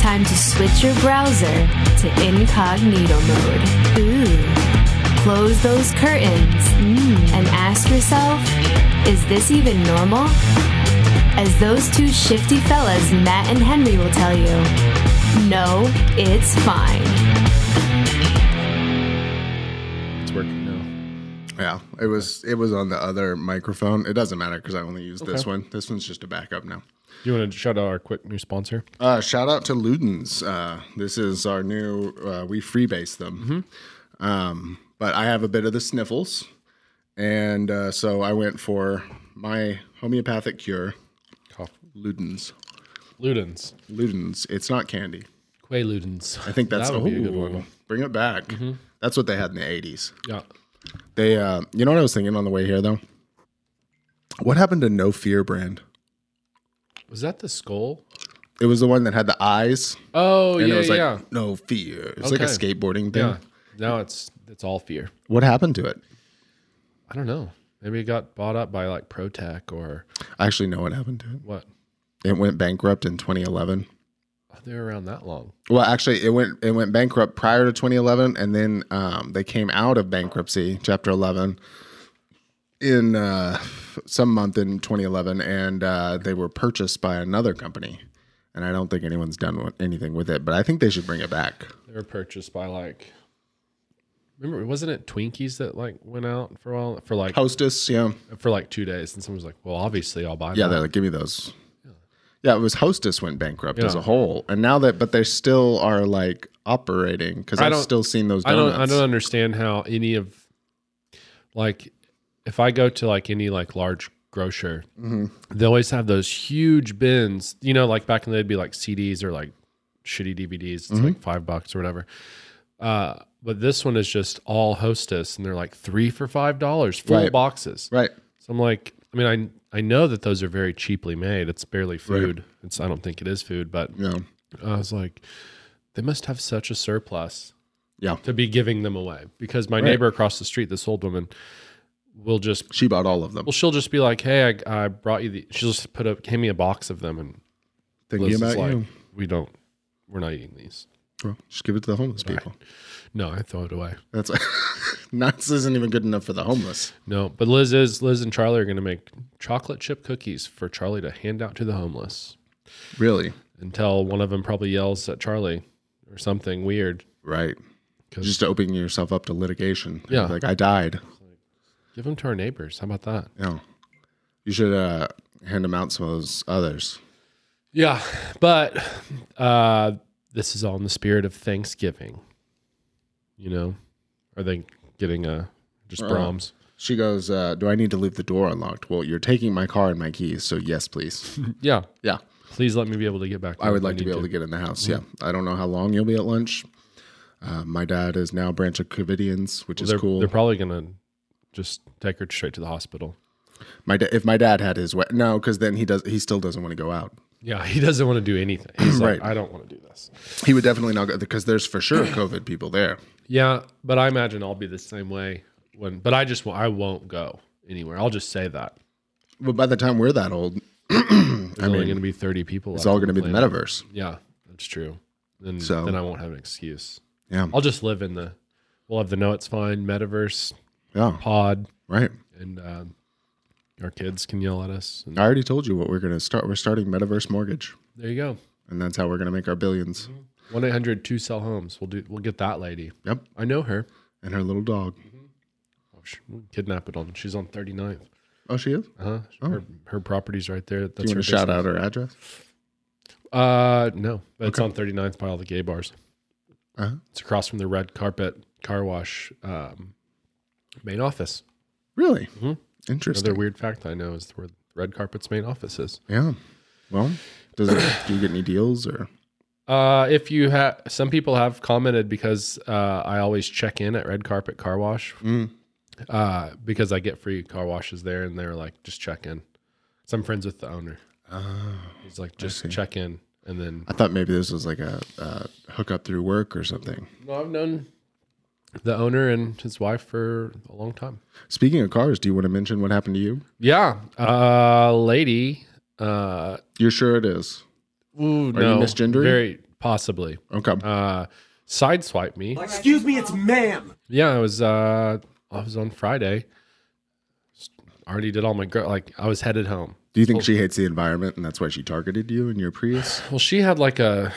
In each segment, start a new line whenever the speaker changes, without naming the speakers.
time to switch your browser to incognito mode. Ooh. Close those curtains and ask yourself, is this even normal? As those two shifty fellas, Matt and Henry, will tell you, no, it's fine.
It's working now.
Yeah, it was it was on the other microphone. It doesn't matter because I only use this one. This one's just a backup now.
Do you want to shout out our quick new sponsor?
Uh, shout out to Ludens. Uh, this is our new. Uh, we freebase them.
Mm-hmm.
Um, but I have a bit of the sniffles, and uh, so I went for my homeopathic cure,
Cough.
Ludens.
Ludens.
Ludens. It's not candy.
Quay Ludens.
I think that's
that would be a good one. Mm-hmm.
Bring it back. That's what they had in the eighties.
Yeah.
They, uh, you know what I was thinking on the way here though. What happened to No Fear brand?
Was that the skull?
It was the one that had the eyes,
Oh
and
yeah,
it was like
yeah,
No Fear. It's like a
Okay.
skateboarding thing.
yeah. Now it's it's all fear.
What happened to it?
I don't know. Maybe it got bought up by like ProTech or
I actually know what happened to it.
what?
It went bankrupt in 2011.
Oh, they were around that long.
Well, actually, it went it went bankrupt prior to 2011, and then um, they came out of bankruptcy, Chapter 11, in uh, some month in 2011, and uh, they were purchased by another company. And I don't think anyone's done wa- anything with it, but I think they should bring it back.
They were purchased by like. Remember, wasn't it Twinkies that like went out for a while for like
Hostess, yeah,
for like two days, and someone was like, "Well, obviously, I'll buy."
yeah,
that.
they're like, give me those. Yeah, it was Hostess went bankrupt as
Yeah.
a whole, and now that, but they still are like operating because
I
I've
don't-
still seen those
I don't
donuts.
I don't understand how any of like if I go to like any like large grocer,
Mm-hmm.
they always have those huge bins. You know, like back in the day, it'd be like CDs or like shitty DVDs. It's
Mm-hmm.
like five bucks or whatever. Uh, but this one is just all Hostess, and they're like three for five dollars, full
Right.
boxes.
Right.
So I'm like, I mean, I I know that those are very cheaply made. It's barely food. It's I don't think it is food, but
Yeah.
I was like, they must have such a surplus
Yeah.
to be giving them away because my neighbor across the street, this old woman, will just
She bought all of them.
well, she'll just be like, "Hey, I, I brought you the." She'll just put up, hand me a box of them, and
Thinking
Liz is
about
like,
you.
"We don't, we're not eating these."
Well, just give it to the homeless people.
No, I throw it away.
That's nuts isn't even good enough for the homeless.
No, but Liz is Liz and Charlie are going to make chocolate chip cookies for Charlie to hand out to the homeless
Really?
until one of them probably yells at Charlie or something weird.
Right.
'Cause-
Just opening yourself up to litigation.
Yeah.
Like I died.
Give them to our neighbors. How about that?
Yeah. You should uh, hand them out some of those others.
Yeah, but uh, this is all in the spirit of Thanksgiving. You know, are they getting a just
Uh-huh.
Brahms?
She goes, uh, Do I need to leave the door unlocked? Well, you're taking my car and my keys. So, yes, please.
Yeah,
yeah.
please let me be able to get back.
I would like to be able to. get in the house. Yeah. I don't know how long you'll be at lunch. Uh, my dad is now a branch of Covidians, which
They're,
is cool.
they're probably gonna just take her straight to the hospital.
my da- if my dad had his way, no, because then he does. He still doesn't want to go out.
Yeah, he doesn't want to do anything. He's like,
Right.
I don't want to do this.
He would definitely not go because there's for sure COVID people there.
Yeah, but I imagine I'll be the same way when. But I just won't- I won't go anywhere. I'll just say that.
But by the time we're that old,
There's only going to be thirty people.
it's all going to be the metaverse.
Yeah, that's true. Then
So-
then I won't have an excuse.
Yeah.
I'll just live in the. We'll have the no, it's fine metaverse
Yeah.
pod,
Right.
and um, our kids can yell at us. And
I already told you what we're going to start. We're starting Metaverse Mortgage,
there you go.
and that's how we're going to make our 1000000000s
One eight hundred two sell homes. We'll do. We'll get that lady.
Yep.
I know her.
And her little dog.
Oh, sh- We'll kidnap it on. She's on 39th.
Oh, she is?
Uh huh. Her her property's right there. That's
Do
her
you want to shout out her address?
out. Uh no, but it's on 39th by all the gay bars.
Uh-huh.
It's across from the red carpet car wash um, main office.
Really?
Mm-hmm. Another
Interesting.
weird fact I know is where the red carpet's main office is.
Yeah. Well, does it, do you get any deals or?
Uh, if you have, some people have commented because uh, I always check in at Red Carpet Car Wash
Mm.
uh, because I get free car washes there, and they're like, just check in. So I'm friends with the owner.
Ah,
He's like, just check in, and then
I thought maybe this was like a, a hookup through work or something.
no, I've known the owner and his wife for a long time.
Speaking of cars, do you want to mention what happened to you?
Yeah, uh, lady. Uh,
You're sure it is.
ooh,
Are
no,
you misgendering?
Very possibly.
Okay.
Uh, sideswipe me.
Excuse me, it's ma'am.
Yeah, I was. Uh, I was on Friday. Already did all my gro- like. I was headed home.
Do you think she hates the environment and that's why she targeted you in your Prius?
Well, she had like a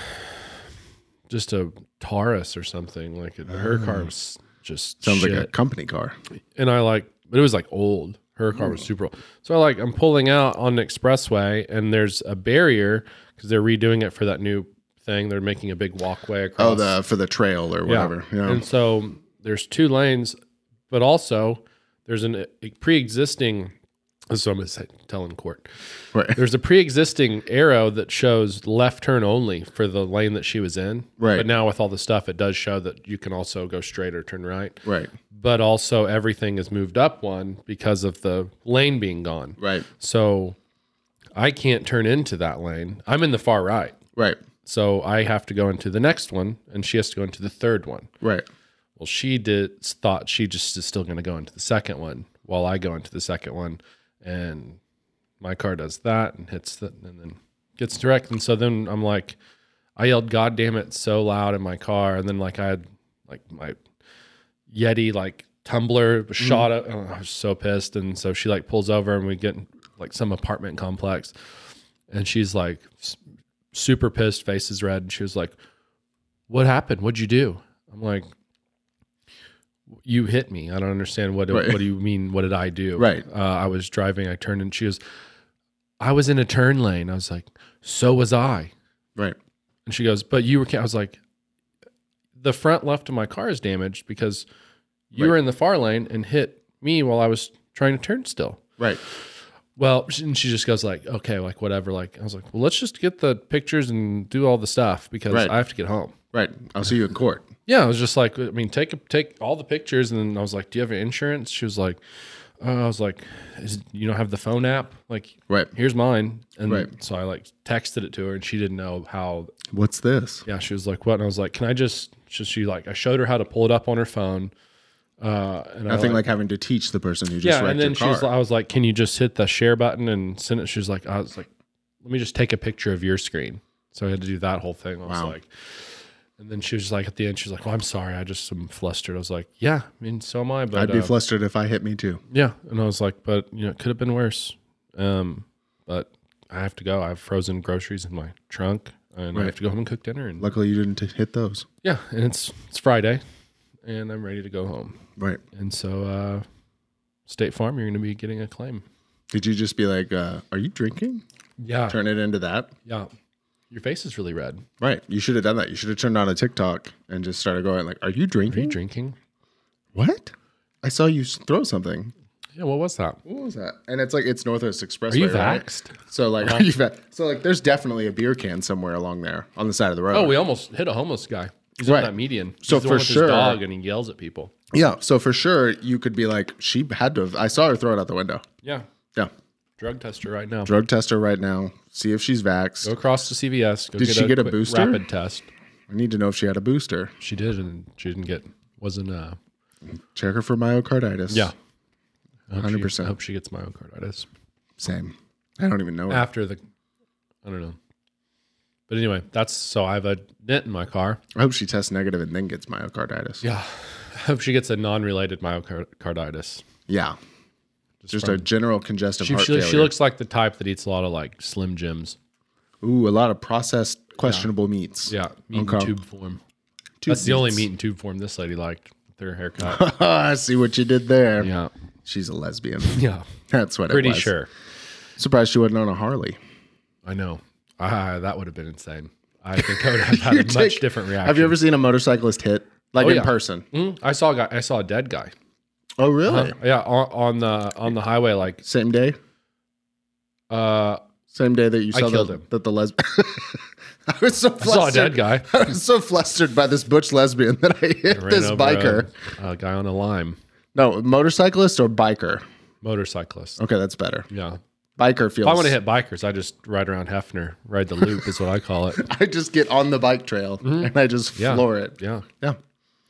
just a Taurus or something. Like it, her car was just
Oh. Sounds
shit.
like a company car.
and I like, but it was like old. Her car
Oh.
was super old. So I like, I'm pulling out on an expressway, and there's a barrier because they're redoing it for that new thing. They're making a big walkway across.
Oh, the for the trail or
Yeah.
whatever. Yeah.
And so there's two lanes, but also there's an, a pre-existing. So I'm gonna say, tell in court.
Right.
There's a pre-existing arrow that shows left turn only for the lane that she was in.
Right.
But now with all the stuff, it does show that you can also go straight or turn right
Right.
but also everything is moved up one because of the lane being gone.
Right.
So I can't turn into that lane. I'm in the far right.
Right.
So I have to go into the next one and she has to go into the third one.
Right.
Well, she did thought she just is still going to go into the second one while I go into the second one and my car does that and hits the and then gets direct and so then I'm like I yelled god damn it so loud in my car and then like I had like my Yeti like tumbler shot up and I was so pissed and so she like pulls over and we get in, like some apartment complex and she's like s- super pissed face is red and she was like what happened what'd you do I'm like you hit me. I don't understand what
Right.
what do you mean? What did I do?
Right.
Uh, I was driving. I turned and she was. I was in a turn lane. I was like, so was I.
Right.
And she goes, but you were. ca-" I was like, the front left of my car is damaged because you were in the far lane and hit me while I was trying to turn still.
Right.
Well, she- and she just goes like, okay, like whatever. Like I was like, well, let's just get the pictures and do all the stuff because
Right.
I have to get home.
Right. I'll see you in court.
Yeah, I was just like, I mean, take take all the pictures, and then I was like, "Do you have insurance?" She was like, uh, "I was like, Is, you don't have the phone app? Like,
Right.
here's mine." And
Right.
so I like texted it to her, and she didn't know how.
What's this?
Yeah, she was like, "What?" And I was like, "Can I just?" She, she like, I showed her how to pull it up on her phone. Uh, and I
Nothing
like-
like having to teach the person who just
yeah,
wrecked
and then
your
she
car.
was, I was like, "Can you just hit the share button and send it?" She was like, "I was like, let me just take a picture of your screen." So I had to do that whole thing. I was
Wow.
like, and then she was like, at the end, she was like, "Well, I'm sorry, I just am flustered." I was like, "Yeah, I mean, so am I, but
I'd be
uh,
flustered if I hit me too.
yeah." And I was like, "But you know, it could have been worse." Um, but I have to go. I have frozen groceries in my trunk, and I
Right.
have to go home and cook dinner. And
Luckily, you didn't hit those.
yeah, and it's it's Friday, and I'm ready to go home.
Right.
And so, uh, State Farm, you're going to be getting a claim.
Did you just be like, uh, "Are you drinking?"
Yeah.
Turn it into that.
Yeah. Your face is really red.
Right. You should have done that. You should have turned on a TikTok and just started going like, "Are you
Are you
drinking?
drinking?
what? I saw you s- throw something.
Yeah, what was that?
What was that?" And it's like it's Northwest Expressway.
Are you
right?
vaxxed?
So like, are you va- so like, there's definitely a beer can somewhere along there on the side of the road.
Oh, we almost hit a homeless guy. He's
Right.
on that median.
So
He's the one
for
with his
sure-
dog and he yells at people.
yeah. So for sure, you could be like, she had to. have I saw her throw it out the window.
Yeah.
Yeah.
Drug tester right now.
Drug test her right now. See if she's vaxxed.
go across to CVS. Go
Did she get a
quick
booster?
Rapid test.
I need to know if she had a booster.
She did, and she didn't get. Wasn't uh.
Check her for myocarditis.
I hope she-
100%.
I hope she gets myocarditis
Same. I don't even know. her.
after the. I don't know. But anyway, that's so I have a dent in my car.
I hope she tests negative and then gets myocarditis.
Yeah. I hope she gets a non-related myocarditis.
Yeah. Just a general congestive
She,
heart
she,
failure.
she looks like the type that eats a lot of like Slim Jims.
Ooh, a lot of processed, questionable meats.
Yeah, meat
Okay.
in tube form.
Tube
That's the only
meats.
meat in tube form this lady liked with her haircut.
I see what you did there.
yeah,
She's a lesbian.
yeah,
That's what.
pretty
it was.
sure.
Surprised she wasn't on a Harley.
I know. Ah, that would have been insane. I think I would have had a
You
much
take-
different reaction.
Have you ever seen a motorcyclist hit like
Oh,
in
yeah.
person?
Mhm. I saw a guy. I saw a dead guy.
Oh, really?
Yeah, on, on the on the highway. Like,
Same day.
uh,
Same day that you
I
saw
killed
the,
him.
that the lesbian. I was so
I
flustered.
saw a dead guy.
I was so flustered by this butch lesbian that I hit
Ran
this
over
biker.
a, a guy on a lime
No, motorcyclist or biker.
motorcyclist.
Okay, that's better.
Yeah.
Biker
If
feels.
I want to hit bikers, I just ride around Hefner, ride the loop is what I call it.
I just get on the bike trail and I just
Mm-hmm. Yeah.
floor it.
Yeah.
Yeah.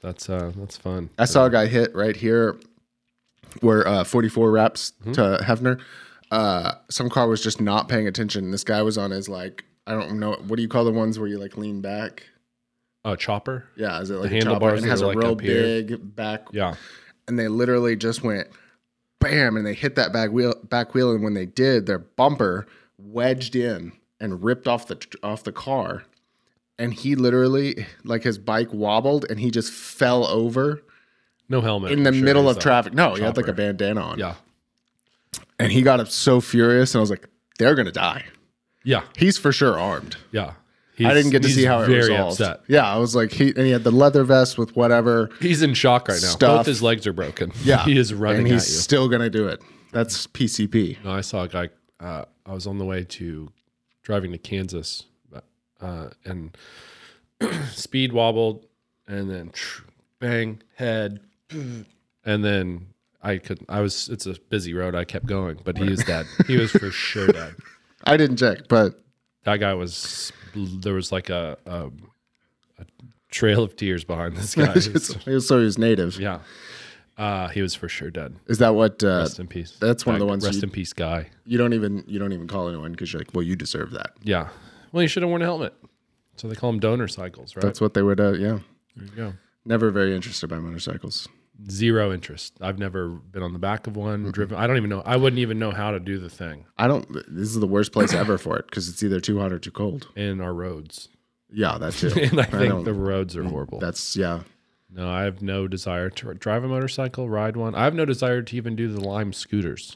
That's uh that's fun.
I saw a guy hit right here where uh, 44
Mm-hmm.
wraps to Hefner. Uh, some car was just not paying attention. This guy was on his like I don't know. What do you call the ones where you like lean back?
A chopper.
Yeah, is it like
The
a chopper?
handlebars
And It
that
has
are,
a
like,
real
up here.
big back,
Yeah.
and they literally just went bam, and they hit that back wheel, back wheel, and when they did, their bumper wedged in and ripped off the off the car, and he literally like his bike wobbled and he just fell over
No helmet.
in the
I'm sure
middle
he's
of
like-
traffic. No, he had like a
chopper.
bandana on,
Yeah.
and he got up so furious, and I was like, they're gonna die.
Yeah.
He's for sure armed.
Yeah.
I didn't get to
He's-
see how it
he's
resolved. Yeah, I was like, he and he had the leather vest with whatever.
He's in shock right now.
Stuff.
Both his legs are broken.
Yeah,
he is running
and he's
at you.
still gonna do it. That's PCP.
No, I saw a guy. Uh, I was on the way to driving to Kansas, uh, and speed wobbled, and then bang head, and then I couldn't. I was. It's a busy road. I kept going, but he was dead. He was for sure dead.
I didn't check, but
That guy was. There was like a, a, a trail of tears behind this guy. He was-
he was, so he was native.
yeah, uh, he was for sure dead.
Is that what? Uh,
Rest in peace.
that's one of
That
the ones
Rest
you-
in peace, guy.
you don't even you don't even call anyone because you're like, well, you deserve that.
Yeah. Well, you should have worn a helmet. So they call them donor cycles, right?
That's what they would. Uh, yeah,
there you go.
never very interested by motorcycles.
Zero interest. I've never been on the back of one, driven. I don't even know. I wouldn't even know how to do the thing
I don't. This is the worst place ever for it because it's either too hot or too cold.
in our roads.
Yeah, that too.
And I think
don't-
the roads are horrible.
that's yeah.
No, I have no desire to drive a motorcycle, ride one. I have no desire to even do the Lime scooters.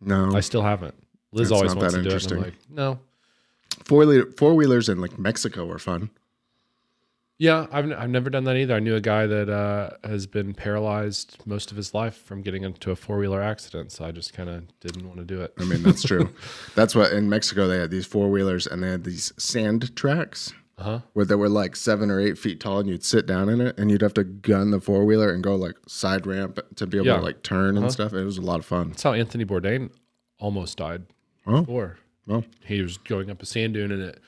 No,
I still haven't. Liz
That's
always
not
wants
that
to do it. And I'm like,
interesting.
no.
four liter four wheelers in like Mexico are fun.
Yeah, I've, n- I've never done that either. I knew a guy that uh, has been paralyzed most of his life from getting into a four wheeler accident. So I just kind of didn't want to do it.
I mean, that's true. that's what in Mexico they had these four wheelers and they had these sand tracks
Uh-huh.
where they were like seven or eight feet tall, and you'd sit down in it and you'd have to gun the four wheeler and go like side ramp to be able
Yeah. Uh-huh.
to like turn and stuff. It was a lot of fun.
That's how Anthony Bourdain almost died.
Oh.
Before.
Well,
He was going up a sand dune and it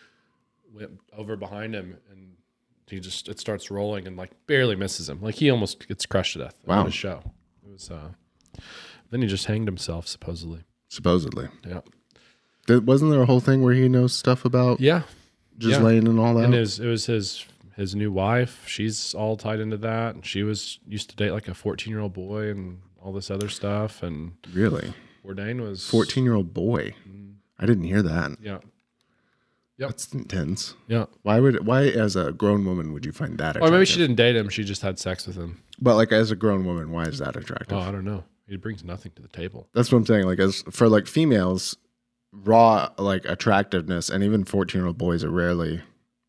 went over behind him and he just it starts rolling and like barely misses him. Like he almost gets crushed to death
Wow.
on the show. It was uh then he just hanged himself supposedly.
supposedly,
Yeah.
There- wasn't there a whole thing where he knows stuff about
Yeah.
Ghislaine and all that?
And it was, it was his his new wife. She's all tied into that. And she was used to date like a fourteen year old boy and all this other stuff. And
really,
Bourdain was
fourteen-year-old boy.
Mm.
I didn't hear that.
Yeah.
That's intense.
Yeah.
Why would why as a grown woman would you find that?
Or
Attractive?
maybe she didn't date him, she just had sex with him.
But like as a grown woman, why is that attractive?
Oh, I don't know. He brings nothing to the table.
That's what I'm saying. Like as for like females, raw like attractiveness and even 14 year old boys are rarely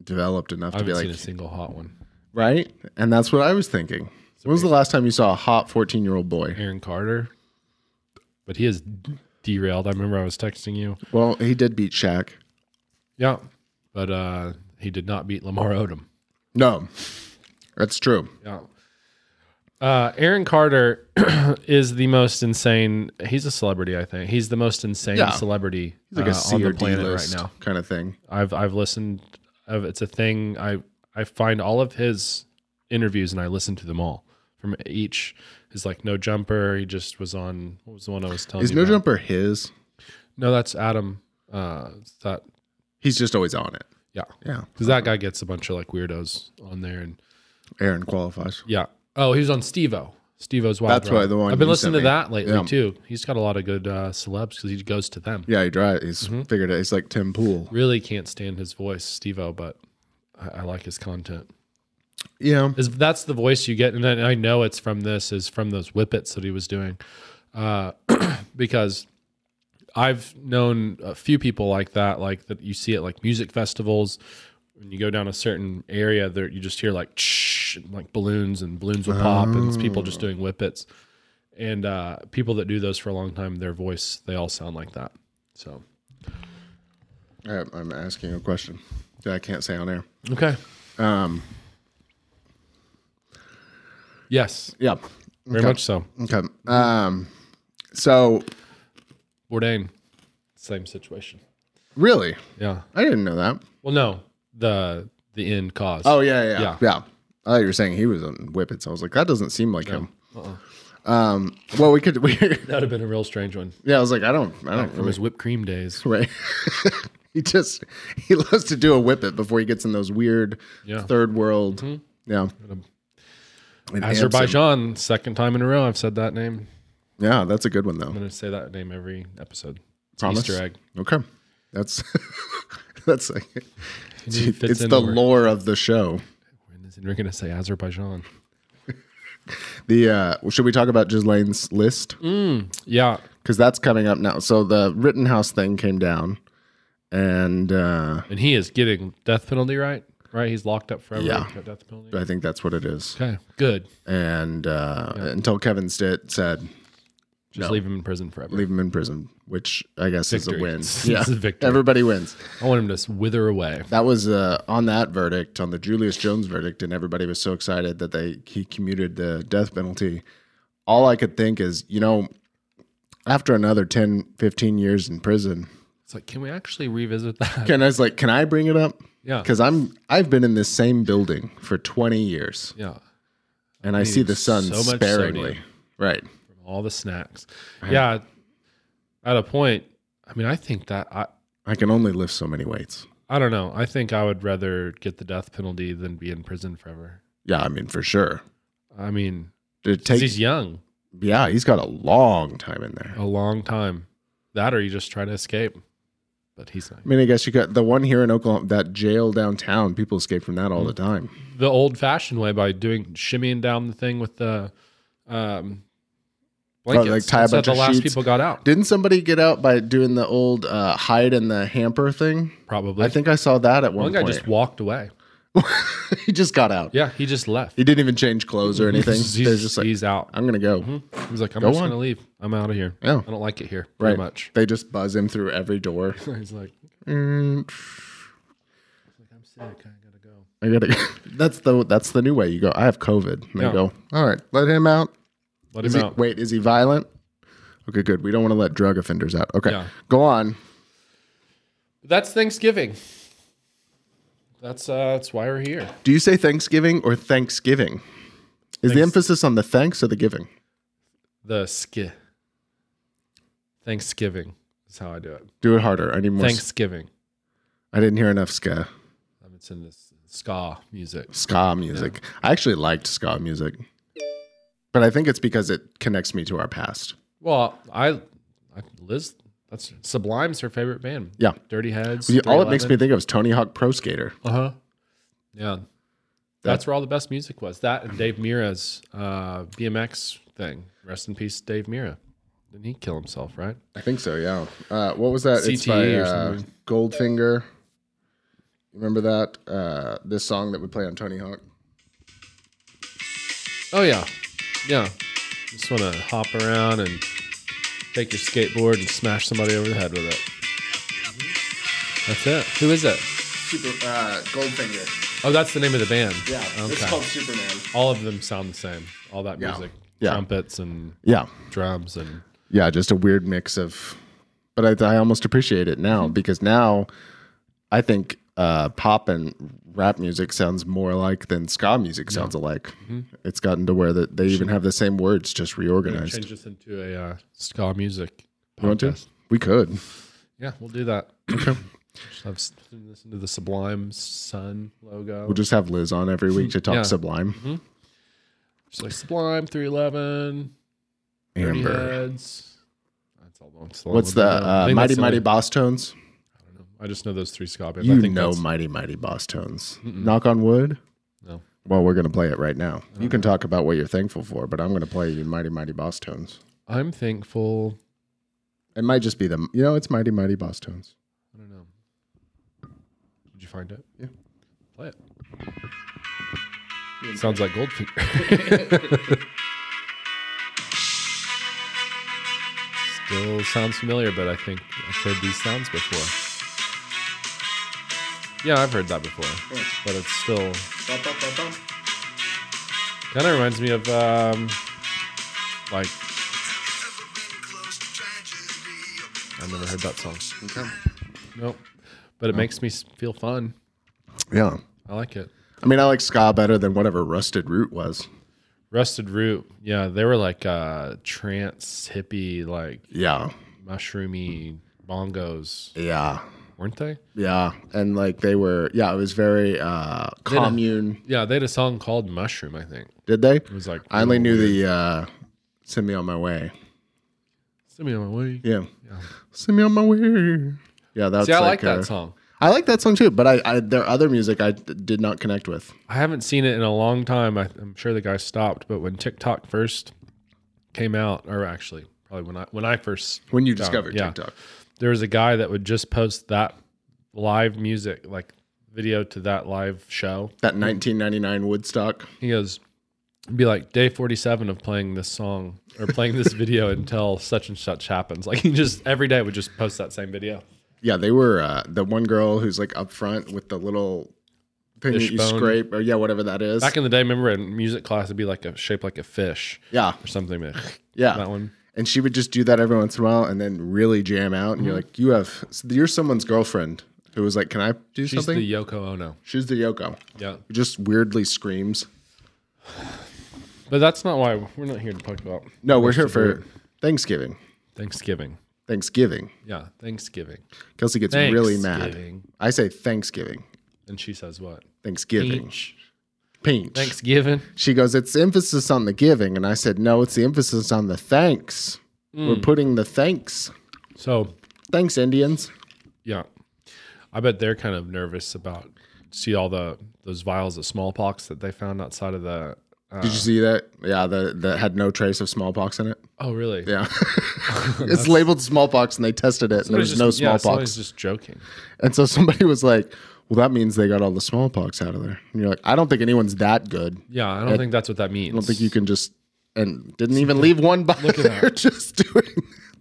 developed enough
I
to be
haven't seen
like
a single hot one.
right. And that's what I was thinking. When was the last time you saw a hot 14 year old boy?
Aaron Carter, but he is derailed. I remember I was texting you.
Well, he did beat Shaq.
Yeah, but uh, he did not beat Lamar Odom.
No, that's true.
Yeah. Uh, Aaron Carter is the most insane. He's a celebrity, I think. He's the most insane
Yeah.
celebrity
He's like a
uh,
C
on the
or D
planet
list
right now.
kind of thing.
I've I've listened. Of, it's a thing. I I find all of his interviews and I listen to them all from each. Is like no jumper. He just was on. What was the one I was telling
Is
you?
No
about?
Jumper his?
No, that's Adam. Uh, that
He's just always on it.
yeah,
Yeah,
because that guy gets a bunch of like weirdos on there, and
Aaron qualifies.
yeah. Oh, he was on Stevo. Stevo's wild.
That's
Ride.
why the one
I've been
you
listening to
sent me.
that lately
Yeah.
too. He's got a lot of good uh, celebs because he goes to them.
Yeah, he drives. He's
Mm-hmm.
figured it. He's like Tim Pool.
Really can't stand his voice, Stevo, but I, I like his content.
Yeah,
Is that's the voice you get, and I, I know it's from this is from those whippets that he was doing, uh, because I've known a few people like that, like that you see at like music festivals. When you go down a certain area, there you just hear like "Shh," and, like balloons and balloons will pop, and it's people just doing whippets. And uh, people that do those for a long time, their voice they all sound like that. So
I, I'm asking a question that I can't say on air.
okay,
Um,
yes,
yeah,
very
Okay.
much so.
Okay. Um. So
Bourdain, same situation.
really,
Yeah.
I didn't know that.
Well, no, the the end cause.
Oh yeah, yeah, yeah.
Yeah.
yeah. I thought you were saying he was on whippets. I was like, that doesn't seem like him. Um. Well, we could. We,
that'd have been a real strange one
yeah, I was like, I don't. I don't
from
really.
his whipped cream days.
Right. He just he loves to do a whip it before he gets in those weird
Yeah.
third world. Yeah. It amps him.
Azerbaijan, second time in a row I've said that name.
Yeah, that's a good one though.
I'm going to say that name every episode. It's an
Promise?
Easter egg.
Okay. That's that's like
It fits
it's
in
the
where-
lore of the show.
And you're going to say Azerbaijan.
The uh should we talk about Ghislaine's list?
Mm. Yeah.
Because that's coming up now. So the Rittenhouse thing came down and uh
And he is getting death penalty, right? Right? He's locked up forever.
Yeah.
Got Death penalty.
I think that's what it is.
Okay. Good.
And uh until Kevin Stitt said
Just leave him in prison forever.
leave him in prison, which I guess
Victory.
is
It's
a win.
a victory.
Everybody wins.
I want him to s- wither away.
That was uh, on that verdict, on the Julius Jones verdict, and everybody was so excited that they he commuted the death penalty. All I could think is, you know, after another 10, 15 years in prison,
It's like, can we actually revisit that?
can I was like, can I bring it up?
Yeah.
Because I'm I've been in this same building for twenty years,
Yeah.
and I see the sun
so much
sparingly.
sodium.
Right.
From all the snacks. Yeah. At a point, I mean, I think that I,
I can only lift so many weights.
I don't know. I think I would rather get the death penalty than be in prison forever.
Yeah, I mean for sure.
I mean,
It
'cause
takes.
he's young,
yeah, he's got a long time in there.
a long time. That or you just try to escape. But he's not.
I mean, I guess you got the one here in Oklahoma, that jail downtown. People escape from that all
Mm.
the time.
The old fashioned way by doing shimmying down the thing with the um, blankets.
like tie a
That's how
bunch
the
of
last
sheets.
people got out,
Didn't somebody get out by doing the old uh, hide in the hamper thing?
probably.
I think I saw that at
one
one,
guy
point.
just walked away.
he just got out.
Yeah, he just left.
He didn't even change clothes or anything.
He's, Mm-hmm.
They're just like,
he's out.
I'm gonna go.
He was like, I'm
Go
just
on.
going to leave. I'm out of here.
Yeah.
I don't like it here
Right.
very much.
They just buzz him through every door.
He's like,
Mm,
I'm sick. I got to go.
I gotta. that's the that's the new way. You go. I have COVID. And
Yeah.
they go. All right, let him out.
Let
Is
him
he-
out.
wait, is he violent? Okay, good. We don't want to let drug offenders out. Okay,
Yeah.
go on.
That's Thanksgiving. That's uh, that's why we're here.
Do you say Thanksgiving or Thanksgiving? Is the emphasis on the thanks or the giving?
The ski. Thanksgiving is how I do it.
Do it harder. I need more. s-
Thanksgiving.
I didn't hear enough ska
Um, It's in this ska music.
ska music. I actually liked ska music, but I think it's because it connects me to our past.
Well, I, I Liz, that's Sublime's her favorite band.
Yeah.
Dirty Heads.
You- all it makes me uh-huh. think of is Tony Hawk Pro Skater.
Uh huh. Yeah. That's where all the best music was. That and Dave Mira's uh, BMX thing. Rest in peace, Dave Mira. Didn't he kill himself, right?
I think so. Yeah. Uh, what was that? it's by
CTE E or
uh,
something.
Goldfinger. Remember that uh, this song that we play on Tony Hawk?
Oh yeah, yeah. Just want to hop around and take your skateboard and smash somebody over the head with it. That's it. Who is it?
Super uh, Goldfinger.
Oh, that's the name of the band. Okay.
Superman.
All of them sound the same. All that
Yeah.
music,
Yeah.
trumpets and
Yeah.
drums and
yeah, just a weird mix of. But I, I almost appreciate it now
Mm-hmm.
because now, I think uh, pop and rap music sounds more alike than ska music sounds alike.
Mm-hmm.
It's gotten to where that they even have the same words, just reorganized.
change this into a uh, ska music.
You want to?
podcast.
We could.
Yeah, we'll do that. Just have s- listen to the Sublime Sun logo.
We'll just have Liz on every week to talk
Yeah.
Sublime.
Just like Sublime 311, Dirty
Amber.
Heads. That's all. That's all
What's
I'm
the
gonna know. I
uh,
think
Mighty
that's the
Mighty
only-
Boss Tones?
I just know those three ska bands. I
You
think
know
that's-
Mighty Mighty Boss Tones. Knock on wood.
No.
Well, we're going to play it right now. You can talk about what you're thankful for, but I'm going to play you Mighty Mighty Boss Tones.
I'm thankful.
It might just be the you know it's mighty mighty boss tones.
I don't know. Did you find it?
Yeah.
Play it. Sounds like Goldfinger. Still sounds familiar, but I think I've heard these sounds before. Yeah, I've heard that before, but it's still kind of reminds me of um, like I've never heard that song. Nope, but it makes me s- feel fun.
Yeah,
I like it.
I mean I like ska better than whatever Rusted Root was.
Rusted Root, yeah, they were like uh, trance hippie, like
Yeah,
mushroomy bongos.
yeah,
weren't they?
Yeah, and like they were, yeah, it was very uh, commune.
Yeah, they had a song called Mushroom, I think.
Did they? It
was like
I only
real
knew the uh, "Send Me on My Way."
Send me on my way.
Yeah, send me on my way. Yeah, that's
See, I like,
uh,
that song.
I like that song too, but I, I their other music I d- did not connect with.
I haven't seen it in a long time. I, I'm sure the guy stopped, but when TikTok first came out, or actually probably when I when I first
When you discovered
yeah.
TikTok,
there was a guy that would just post that live music like video to that live show.
that 1999 Woodstock.
He goes it'd be like day 47 of playing this song or playing this video until such and such happens. Like he just every day would just post that same video.
Yeah, they were uh, the one girl who's like up front with the little thing that you
Fishbone.
scrape or yeah, whatever that is.
Back in the day, remember in music class it'd be like a shaped like a fish
yeah,
or something. like,
yeah.
That one.
And she would just do that every once in a while and then really jam out. And you're
Mm-hmm.
like, you have, you're someone's girlfriend who was like, can I do
She's
something?
the Yoko Ono.
She's the Yoko.
Yeah.
Who just weirdly screams.
But that's not why we're not here to talk about
No, we're here for Thanksgiving.
Thanksgiving.
Thanksgiving.
Yeah, Thanksgiving.
Kelsey gets really mad.
Thanksgiving.
I say Thanksgiving.
And she says what?
Thanksgiving.
Peach.
Pinch.
Thanksgiving.
She goes, it's the emphasis on the giving. And I said, no, it's the emphasis on the thanks.
Hmm.
We're putting the thanks.
So
Thanks, Indians.
yeah, I bet they're kind of nervous about see all the those vials of smallpox that they found outside of the. Uh,
Did you see that? Yeah, that that had no trace of smallpox in it.
oh really?
Yeah. it's labeled smallpox and they tested it and there was no
just, yeah,
smallpox.
somebody's just joking.
and so somebody was like, well, that means they got all the smallpox out of there. And you're like, I don't think anyone's that good.
Yeah, I don't think that's what that means.
I don't think you can just, and didn't even leave one by
Look at
there,
that.
just doing,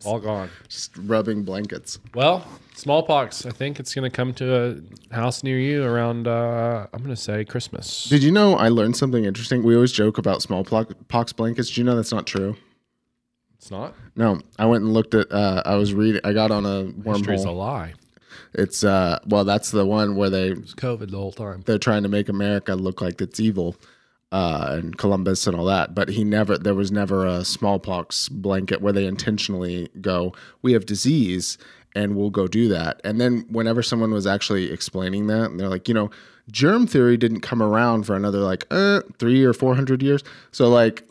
all gone.
just rubbing blankets.
Well, smallpox. I think it's going to come to a house near you around. Uh, I'm going to say Christmas.
Did you know I learned something interesting? We always joke about smallpox blankets. Do you know that's not true?
It's not.
No, I went and looked at, uh, I was reading, I got on a
History's a
wormhole.
lie.
It's, uh, well, that's the one where they
It's COVID the whole time.
they're trying to make America look like it's evil, uh, and Columbus and all that. But he never, there was never a smallpox blanket where they intentionally go, we have disease and we'll go do that. And then whenever someone was actually explaining that, and they're like, you know, germ theory didn't come around for another like uh, three or four hundred years. So like,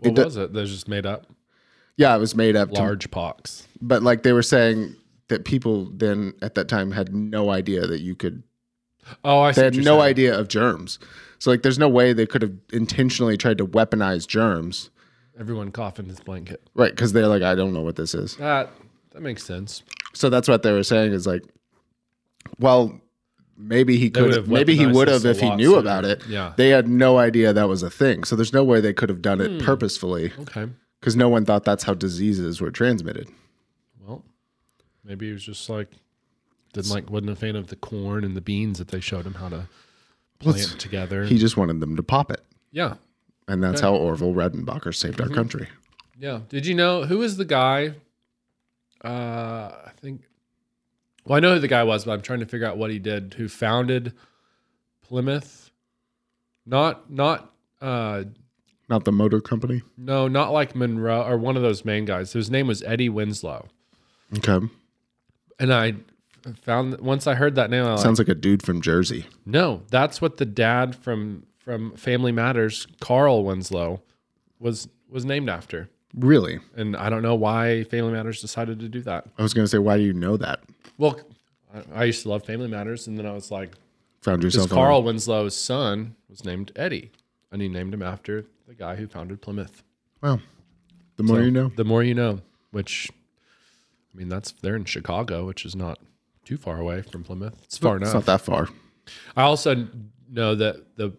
What
do-
was it? They're just made up.
yeah, it was made up, to,
Large pox.
but like they were saying that people then at that time had no idea that you could
Oh, I see what
They had
you're
no
saying.
idea of germs. So like there's no way they could have intentionally tried to weaponize germs.
Everyone cough in his blanket.
Right, because they're like, I don't know what this is.
That that makes sense.
So that's what they were saying is like, well, maybe he could
would
have
have
maybe he
weaponized
would have
this
if
a
he
lot
knew
sooner.
about it.
Yeah.
They had no idea that was a thing. So there's no way they could have done it
Hmm.
purposefully
Okay.
because no one thought that's how diseases were transmitted.
Well, maybe he was just like didn't like wasn't a fan of the corn and the beans that they showed him how to plant together.
He just wanted them to pop it.
yeah.
And that's how Orville Redenbacher saved
Mm-hmm.
our country.
Yeah. Did you know who is the guy? Uh I think well, I know who the guy was, but I'm trying to figure out what he did, who founded Plymouth. Not not uh
Not the motor company.
no, not like Monroe or one of those main guys. His name was Eddie Winslow.
Okay.
And I found once I heard that name, I was like,
Sounds like a dude from Jersey.
no, that's what the dad from from Family Matters, Carl Winslow, was was named after.
Really?
And I don't know why Family Matters decided to do that.
I was going to say, why do you know that?
Well, I, I used to love Family Matters, and then I was like,
Found yourself. on-
Carl Winslow's son was named Eddie, and he named him after the guy who founded Plymouth.
Wow. The more you know.
The more you know, which I mean, that's they're in Chicago, which is not too far away from Plymouth. It's far
It's
enough.
not that far.
I also know that the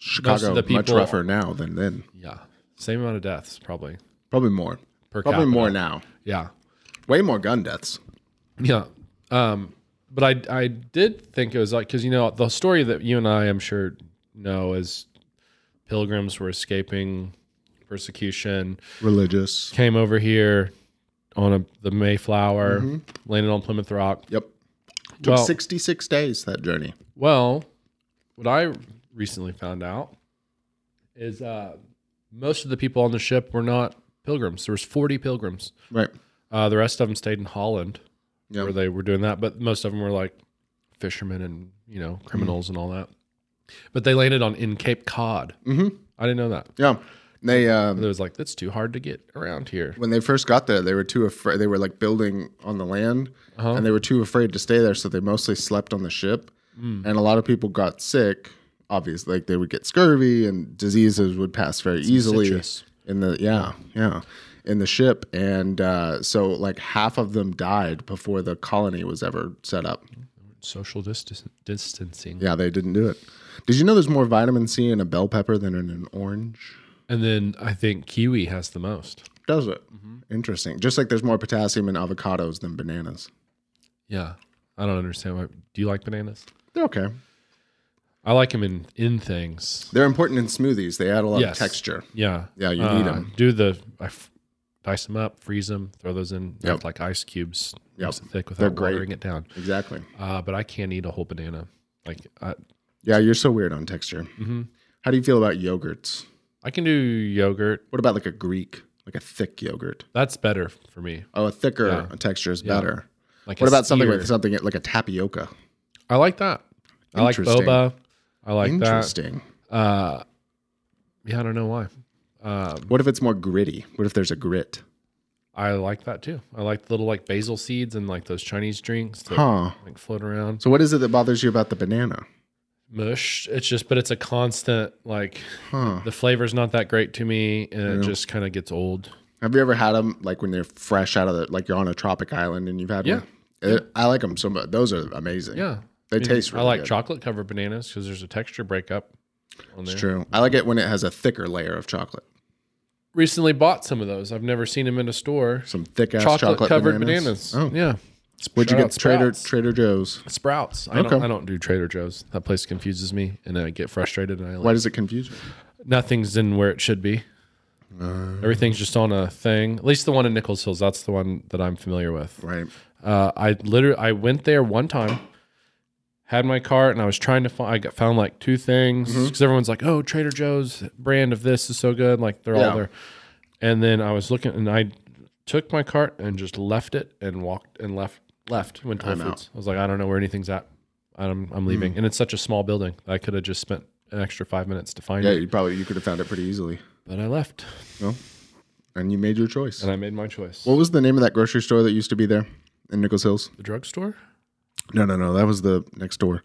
Chicago
the
much
people-
rougher now than then.
yeah same amount of deaths probably
Probably more.
per
Probably
capita.
more now.
Yeah,
Way more gun deaths.
yeah. Um, but I I did think it was like because you know the story that you and I I'm sure know is pilgrims were escaping persecution,
Religious.
came over here on a, the Mayflower,
Mm-hmm.
landed on Plymouth Rock.
Yep. Took
Well-
66 days that journey.
Well, what I recently found out is uh, most of the people on the ship were not pilgrims. There was 40 pilgrims.
Right.
Uh, the rest of them stayed in Holland
Yeah.
where they were doing that. But most of them were like fishermen and you know criminals and all that. But they landed on in Cape Cod. Mm-hmm. I didn't know that.
Yeah. They um,
It was like that's too hard to get around here.
when they first got there, they were too afraid. They were like building on the land, and they were too afraid to stay there, so they mostly slept on the ship. And a lot of people got sick. Obviously, like they would get scurvy, and diseases would pass very easily
citrus.
in the yeah yeah in the ship. And uh, so, like half of them died before the colony was ever set up.
Social distan- distancing.
Yeah, they didn't do it. Did you know there's more vitamin C in a bell pepper than in an orange?
And then I think kiwi has the most.
Does it? Interesting. Just like there's more potassium in avocados than bananas.
Yeah, I don't understand why. Do you like bananas?
They're okay.
I like them in in things.
They're important in smoothies. They add a lot
Yes.
of texture.
Yeah,
Yeah, you
Uh,
need them.
Do the I f- dice them up, freeze them, throw those in
Yep.
act like ice cubes,
Yep.
nice and thick
They're
without
great.
watering it down.
Exactly.
Uh, but I can't eat a whole banana. Like I,
Yeah, you're so weird on texture.
Mm-hmm.
How do you feel about yogurts?
I can do yogurt.
What about like a Greek, like a thick yogurt?
That's better for me.
Oh, a thicker texture is better.
Like
What
a
about something
sear.
with something like a tapioca?
I like that. I like
Interesting.
boba. I like that.
Interesting.
Uh, yeah, I don't know why. Um,
What if it's more gritty? What if there's a grit?
I like that too. I like the little like basil seeds and like those Chinese drinks that
Huh.
like float around.
So what is it that bothers you about the banana?
Mush. It's just, but it's a constant like
Huh.
the flavor's not that great to me, and it just kind of gets old.
Have you ever had them like when they're fresh out of the like you're on a tropic island and you've had
Yeah.
one? It- I like them so much. Those are amazing.
Yeah,
They taste
I
really
like
good.
chocolate covered bananas because there's a texture breakup. On there.
It's true. I like it when it has a thicker layer of chocolate.
Recently bought some of those. I've never seen them in a store.
Some thick ass
Chocolate,
chocolate,
covered
bananas.
bananas.
Oh,
Yeah.
Where'd
Shout
you
out
get Trader
Sprouts.
Trader Joe's?
Sprouts. I don't.
Okay.
I don't do Trader Joe's. That place confuses me, and I get frustrated. And I
Why
like,
does it confuse you?
nothing's in where it should be.
Uh.
Everything's just on a thing. At least the one in Nichols Hills. That's the one that I'm familiar with.
Right.
Uh, I literally I went there one time, had my cart, and I was trying to find. I got, found like two things
Mm-hmm.
because everyone's like, "Oh, Trader Joe's brand of this is so good." Like they're
Yeah.
all there. And then I was looking, and I took my cart and just left it and walked and left left went to Whole
I'm out.
Foods. I was like, I don't know where anything's at. I'm I'm leaving,
Mm.
and it's such a small building. I could have just spent an extra five minutes to find
Yeah,
it,
you probably you could have found it pretty easily.
but I left
No. And you made your choice.
and I made my choice.
What was the name of that grocery store that used to be there in Nichols Hills?
the drugstore?
No, no, no. That was the next door.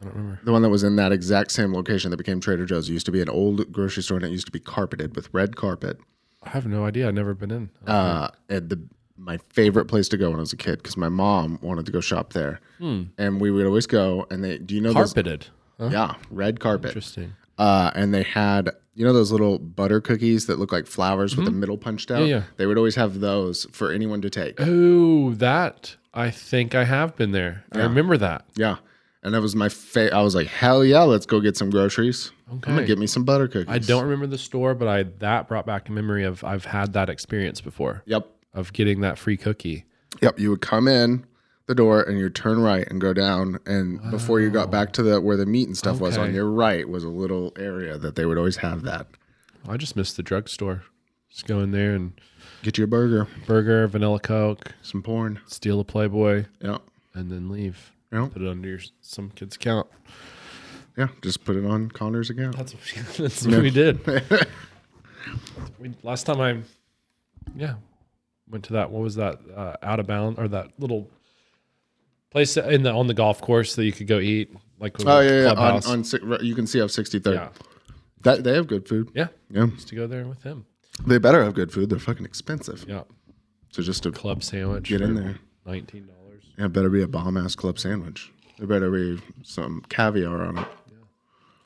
I don't remember.
The one that was in that exact same location that became Trader Joe's. It used to be an old grocery store and it used to be carpeted with red carpet.
I have no idea. I've never been in.
Uh, and the my favorite place to go when I was a kid because my mom wanted to go shop there,
Hmm.
and we would always go. And they, do you know those-
Carpeted. Huh?
Yeah, red carpet.
Interesting.
Uh, and they had, you know, those little butter cookies that look like flowers with the middle punched out.
Mm-hmm. yeah.
They would always have those for anyone to take.
Oh, that I think I have been there. I remember that.
yeah. And that was my favorite. I was like, hell yeah, let's go get some groceries. I'm gonna
Okay.
get me some butter cookies.
I don't remember the store, but I that brought back a memory of I've had that experience before
Yep.
of getting that free cookie.
Yep. You would come in the door and you would turn right and go down. And before you got back to the where the meat and stuff was on
Okay.
your right was a little area that they would always have that.
I just missed the drugstore. Just go in there and
Get your burger,
burger, vanilla coke,
some porn.
steal a Playboy,
Yep.
and then leave.
Yep.
Put it under your, some kid's account.
Yeah. Just put it on Connor's account.
That's what, that's what we did. we, last time I, yeah, went to that. What was that? Uh, out of bound or that little place in the on the golf course that you could go eat? Like
Oh yeah, yeah. On,
clubhouse.
on si- right, you can see off sixty third.
yeah,
That they have good food.
yeah.
Yeah.
Just to go there with him.
They better have good food. They're fucking expensive.
Yeah,
So just to
club sandwich.
get in
for
there,
Nineteen dollars.
yeah, better be a bomb ass club sandwich. There better be some caviar on it.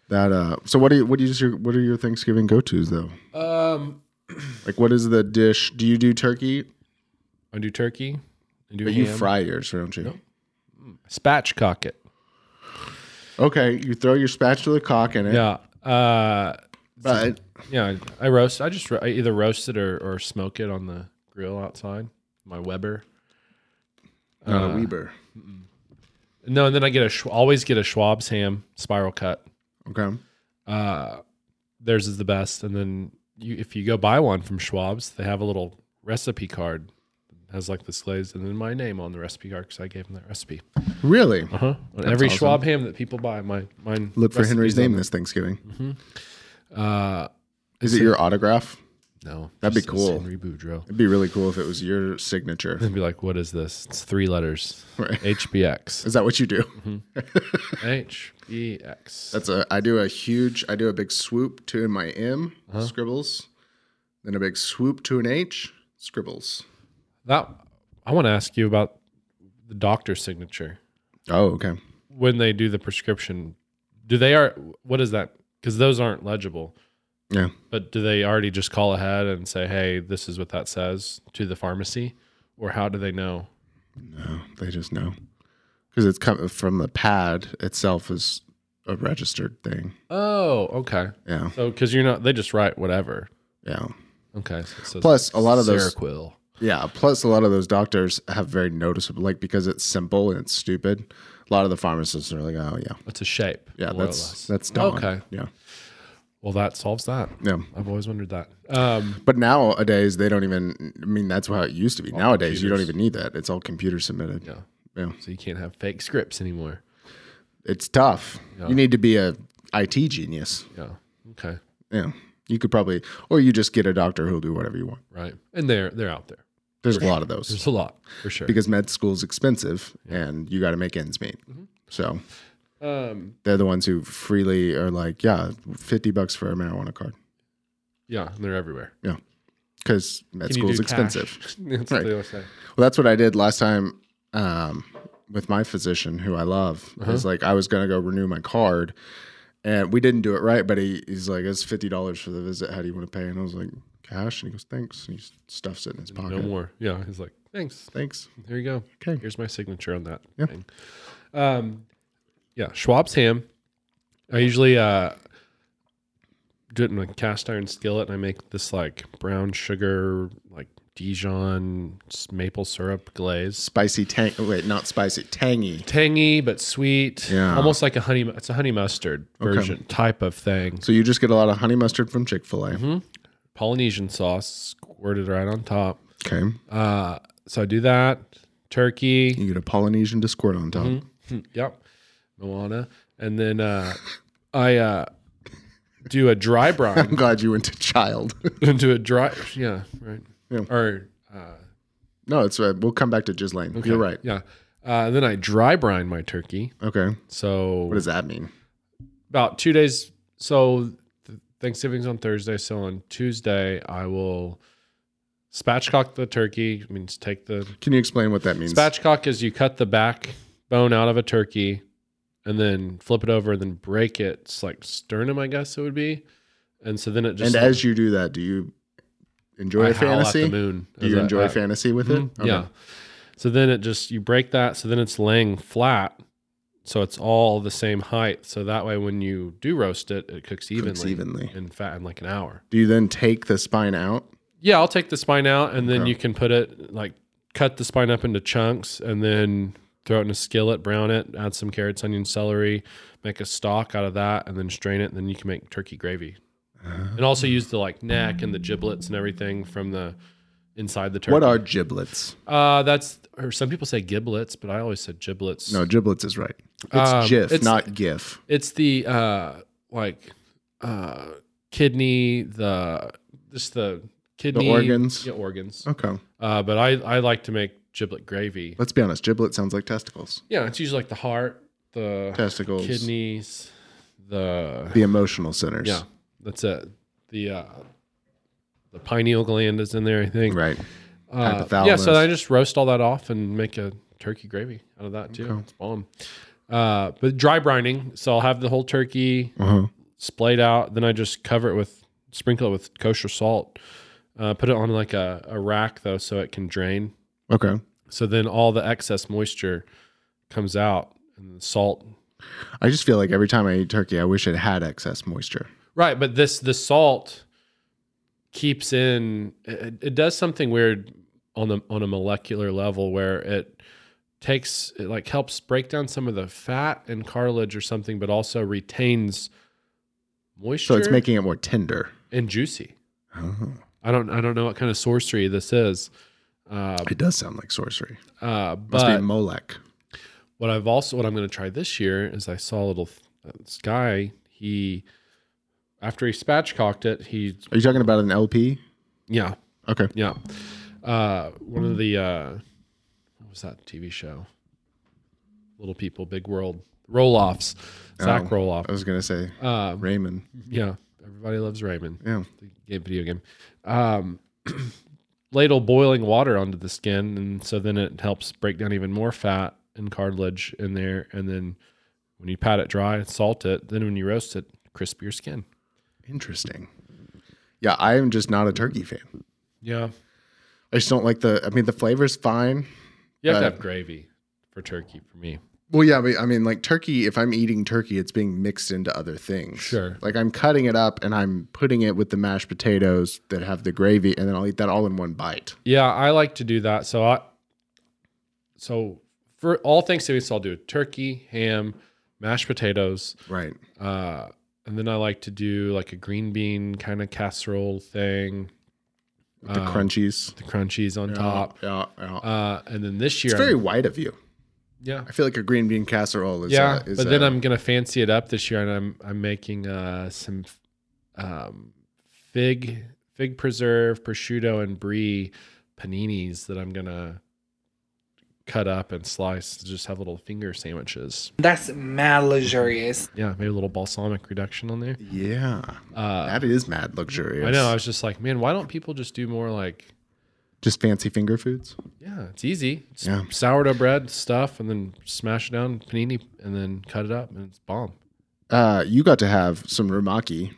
That uh. So what do you what do you your what are your Thanksgiving go tos though?
Um,
Like what is the dish? Do you do turkey?
I do turkey. I do
But
ham.
you fry yours, don't you?
spatchcock it.
Okay, you throw your spatula cock in it.
Yeah. Uh,
But
yeah. I, I roast. I just ro- I either roast it or, or smoke it on the grill outside. My Weber. Uh,
not a uh, Weber.
No, and then I get a Schw- always get a Schwab's ham spiral cut.
Okay.
Theirs is the best, and then you, if you go buy one from Schwab's, they have a little recipe card has like this glaze and then my name on the recipe card because I gave him that recipe.
Really?
Huh? On every Schwab ham that people buy, my mine.
Look for
recipe's
Henry's
on
name
there.
this Thanksgiving.
Uh,
Is it your autograph?
no,
That'd be
just says
cool.
Henry Boudreaux.
It'd be really cool if it was your signature.
And be like, what is this? It's three letters.
Right.
HBX.
Is that what you do?
Mm-hmm. HBX.
That's a. I do a huge. I do a big swoop to my M
Uh-huh.
scribbles, then a big swoop to an H scribbles.
That I want to ask you about the doctor's signature
Oh, okay.
when they do the prescription. Do they are what is that? Because those aren't legible.
Yeah.
But do they already just call ahead and say, "Hey, this is what that says" to the pharmacy, or how do they know?
No, they just know because it's coming from the pad itself is a registered thing.
Oh, okay.
Yeah.
So because you're not, they just write whatever.
Yeah.
Okay. So it says
Plus, a lot of those-
Seroquel.
Yeah. Plus, a lot of those doctors have very noticeable, like because it's simple and it's stupid. A lot of the pharmacists are like, oh yeah,
It's a shape.
yeah,
more or
that's
less.
that's done.
Okay.
Yeah.
Well, that solves that.
Yeah.
I've always wondered that. Um,
But nowadays they don't even. I mean, that's how it used to be. nowadays you don't
computers.
even need that. It's all computer submitted.
Yeah.
Yeah.
so you can't have fake scripts anymore.
It's tough. You need to be a IT genius.
Yeah. Okay.
Yeah. You could probably, or you just get a doctor who'll do whatever you want.
Right. And they're they're out there.
There's a lot of those
There's a lot for sure.
because med school's expensive and you got to make ends meet.
Mm-hmm.
So
Um,
they're the ones who freely are like, yeah, fifty bucks for a marijuana card
yeah, and they're everywhere.
because med
Can you
school's
do
expensive.
cash? That's what
Right.
they always say.
Well, that's what I did last time um, with my physician, who I love.
Uh-huh.
Is like I was gonna go renew my card, and we didn't do it right. But he, he's like, "It's fifty dollars for the visit. How do you want to pay?" And I was like, "Cash." And he goes, "Thanks." And he stuffs it in his pocket.
No more. Yeah. He's like, thanks.
Thanks.
Here you go.
Okay.
Here's my signature on that thing. Um, yeah. Schwab's ham. I usually uh, do it in a cast iron skillet, and I make this like brown sugar, like Dijon s- maple syrup glaze.
Spicy tang. oh, Wait, not spicy. Tangy.
Tangy but sweet.
Yeah.
Almost like a honey. It's a honey mustard version type of thing.
So you just get a lot of honey mustard from Chick Fil A.
Mm-hmm. Polynesian sauce squirted right on top.
Okay.
Uh, so I do that. Turkey.
You get a Polynesian to squirt on top.
Mm-hmm. Yep. Moana. And then uh, I uh, do a dry brine
I'm glad you went to child.
into a dry. Yeah. Right.
Yeah.
Or uh,
no, it's uh, we'll come back to Ghislaine. You're right.
yeah. Uh, and then I dry brine my turkey.
Okay.
So
What does that mean?
about two days. So th- Thanksgiving's on Thursday. So on Tuesday, I will spatchcock the turkey. I mean, take the
Can you explain what that means?
Spatchcock is you cut the back bone out of a turkey and then flip it over and then break it. It's like sternum, I guess it would be. And so then it just
and as you do that, do you enjoy
I
a
howl
fantasy?
at the moon.
Do
Is
you
that-
enjoy
that- Mm-hmm.
fantasy with it? Okay.
Yeah. So then it just you break that. So then it's laying flat. So it's all the same height. So that way when you do roast it, it cooks evenly,
evenly.
in fat in like an hour.
Do you then take the spine out?
Yeah, I'll take the spine out and then
Okay.
you can put it like cut the spine up into chunks and then throw it in a skillet, brown it, add some carrots, onion, celery, make a stock out of that, and then strain it. And then you can make turkey gravy. And also
Ah.
use the like neck and the giblets and everything from the inside the turkey.
What are giblets?
uh, that's or some people say giblets, but I always said giblets.
No, giblets is right. It's
Um,
GIF,
it's-
not GIF.
It's the uh like uh kidney, the just the kidney
organs?
Yeah, organs.
Okay.
Uh, but I, I like to make giblet gravy.
Let's be honest. Giblet sounds like testicles.
Yeah, it's usually like the heart, the
Testicles.
kidneys, the
The emotional centers.
yeah, that's it. The uh, the pineal gland is in there, I think.
Right.
Uh,
Hypothalamus.
yeah, so I just roast all that off and make a turkey gravy out of that too. It's bomb. Uh, but dry brining, so I'll have the whole turkey
Uh-huh.
splayed out. Then I just cover it with sprinkle it with kosher salt. Uh, put it on like a, a rack though, so it can drain
Okay.
So then all the excess moisture comes out and the salt.
I just feel like every time I eat turkey, I wish it had excess moisture.
Right, but this the salt keeps in it, it does something weird on the on a molecular level where it takes it like helps break down some of the fat and cartilage or something but also retains moisture
So it's making it more tender.
and juicy.
Oh.
Uh, I don't I don't know what kind of sorcery this is.
it does sound like sorcery.
Uh,
Must
but
be Molech.
What I've also what I'm going to try this year is I saw a little uh, this guy. He after he spatchcocked it, he
Are you talking about an LP?
yeah
Okay.
yeah. Uh, one of the uh, what was that TV show? Little People, Big World, Roloffs, Zach
Oh,
Roloff.
I was gonna say
Uh,
Raymond.
yeah, everybody loves Raymond.
Yeah.
the game video game. Um, ladle boiling water onto the skin, and so then it helps break down even more fat and cartilage in there. And then when you pat it dry and salt it, then when you roast it, crisp your skin.
Interesting. Yeah, I am just not a turkey fan.
Yeah,
I just don't like the. I mean, the flavor's fine.
you have to
Uh,
have gravy for turkey for me.
Well, yeah, but I mean, like turkey. If I'm eating turkey, it's being mixed into other things.
Sure.
Like I'm cutting it up and I'm putting it with the mashed potatoes that have the gravy, and then I'll eat that all in one bite.
Yeah, I like to do that. So I, so for all Thanksgiving, so I'll do turkey, ham, mashed potatoes.
Right.
Uh, and then I like to do like a green bean kind of casserole thing.
With the crunchies.
Um, the crunchies on top.
Yeah. yeah.
Uh, and then this year,
it's very white of you.
yeah,
I feel like a green bean casserole is.
yeah.
uh, is
but then
uh,
I'm gonna fancy it up this year, and I'm I'm making uh, some um, fig fig preserve, prosciutto, and brie paninis that I'm gonna cut up and slice. to Just have little finger sandwiches.
That's mad luxurious.
Yeah, maybe a little balsamic reduction on there. Uh,
Yeah. that is mad luxurious.
I know. I was just like, man, why don't people just do more like?
Just fancy finger foods.
Yeah, it's easy. It's
Yeah.
Sourdough bread stuff, and then smash it down panini, and then cut it up, and it's bomb.
Uh, you got to have some rumaki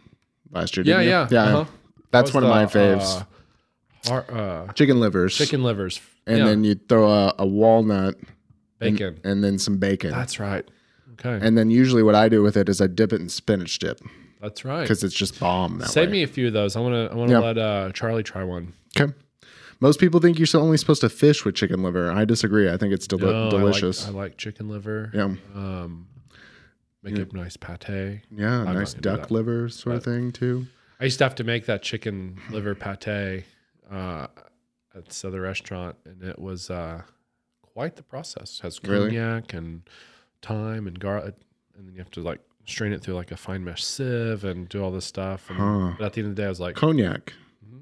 last year.
Yeah,
Didn't you?
yeah,
yeah.
uh-huh.
That's
That
one of
was
my
the,
faves.
uh, har- uh,
chicken livers,
chicken livers,
and
Yeah,
then you throw a, a walnut,
bacon.
and then some bacon.
that's right. Okay,
and then usually what I do with it is I dip it in spinach dip
that's right.
because it's just bomb. That
Save
way.
me a few of those. I want to. I want to
Yeah.
let uh, Charlie try one.
Okay. Most people think you're so- only supposed to fish with chicken liver. I disagree. I think it's deli-
No, Oh, I like-
delicious.
I like, chicken liver.
yeah,
Um, make up nice pate.
yeah,
not
nice
gonna do
duck
that. Mm-hmm.
liver sort of thing too.
I used to have to make that chicken liver pate uh, at this other restaurant, and it was uh, quite the process. It has
Really?
cognac and thyme and garlic, and then you have to like strain it through like a fine mesh sieve and do all this stuff. And,
Huh.
But at the end of the day, I was like,
Cognac.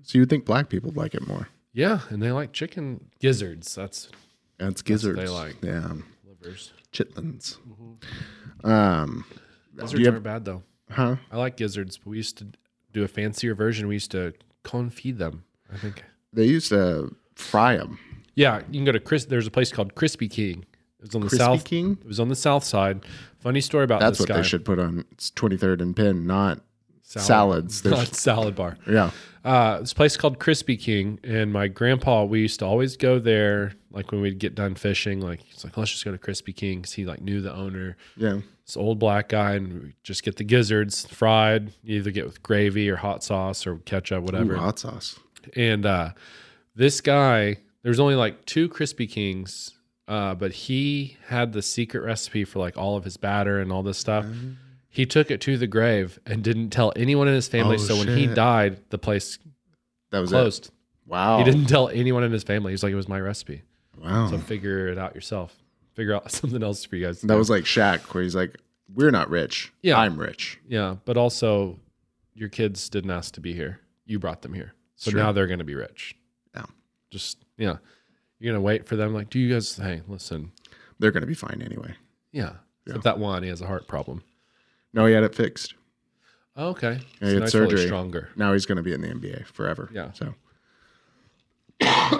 So you would think black people would like it more?
yeah, and they like chicken gizzards. That's
That's
what
gizzards.
they like.
Yeah,
livers.
chitlins. Um,
Gizzards
have-
aren't bad though.
huh?
I like gizzards, but we used to do a fancier version. We used to confit them. I think.
They used to fry them.
Yeah, you can go to Chris. There's a place called Crispy King. It was on the
Crispy
south.
King?
It was on the south side. Funny story about
That's
this
what
guy.
they should put on it's 23rd and Penn, not
Salad.
salads. They
Not
should-
salad bar.
yeah.
Uh, this place called Crispy King, and my grandpa. We used to always go there. Like when we'd get done fishing, like he's like, let's just go to Crispy King because he like knew the owner.
Yeah.
This old black guy, and we just get the gizzards fried. You either get with gravy or hot sauce or ketchup, whatever.
Ooh, hot sauce.
and uh, this guy there's only like two crispy kings uh, but he had the secret recipe for like all of his batter and all this stuff
Mm-hmm.
he took it to the grave and didn't tell anyone in his family
Oh,
so when he
shit.
died the place
That was
closed
it. Oh. Wow.
he didn't tell anyone in his family he's like it was my recipe
Wow.
so figure it out yourself figure out something else for you guys to
that
do.
was like Shaq, where he's like, we're not rich.
Yeah.
I'm rich.
yeah but also your kids didn't ask to be here you brought them here so
Sure.
now they're going to be rich
Yeah.
just yeah you're going to wait for them like do you guys hey listen
They're going to be fine anyway.
Yeah. Except that one, he has a heart problem.
No, he had it fixed.
Oh, okay. So
Yeah, he had
now he's really
surgery.
Stronger.
Now he's going to be in the NBA forever.
Yeah.
So.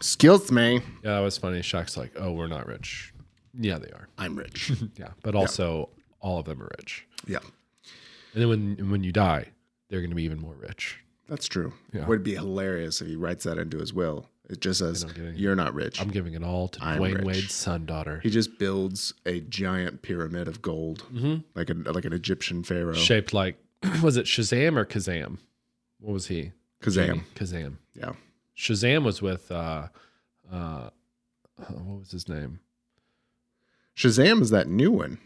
Skills, me.
Yeah, that was funny. Shaq's like, oh, we're not rich. Yeah, they are.
I'm rich.
Yeah, but also all of them are rich.
yeah.
And then when and when you die, they're going to be even more rich.
That's true.
Yeah.
Would be hilarious if he writes that into his will. It just says,
I'm getting-
you're not rich.
I'm giving it all to
I'm
Dwayne
rich.
Wade's son daughter,
He just builds a giant pyramid of gold,
Mm.
like an like an Egyptian pharaoh.
Mm-hmm. shaped like was it Shazam or Kazam? What was he?
Kazam.
Kazam.
Yeah.
Shazam was with uh, uh, what was his name?
Shazam is that new one.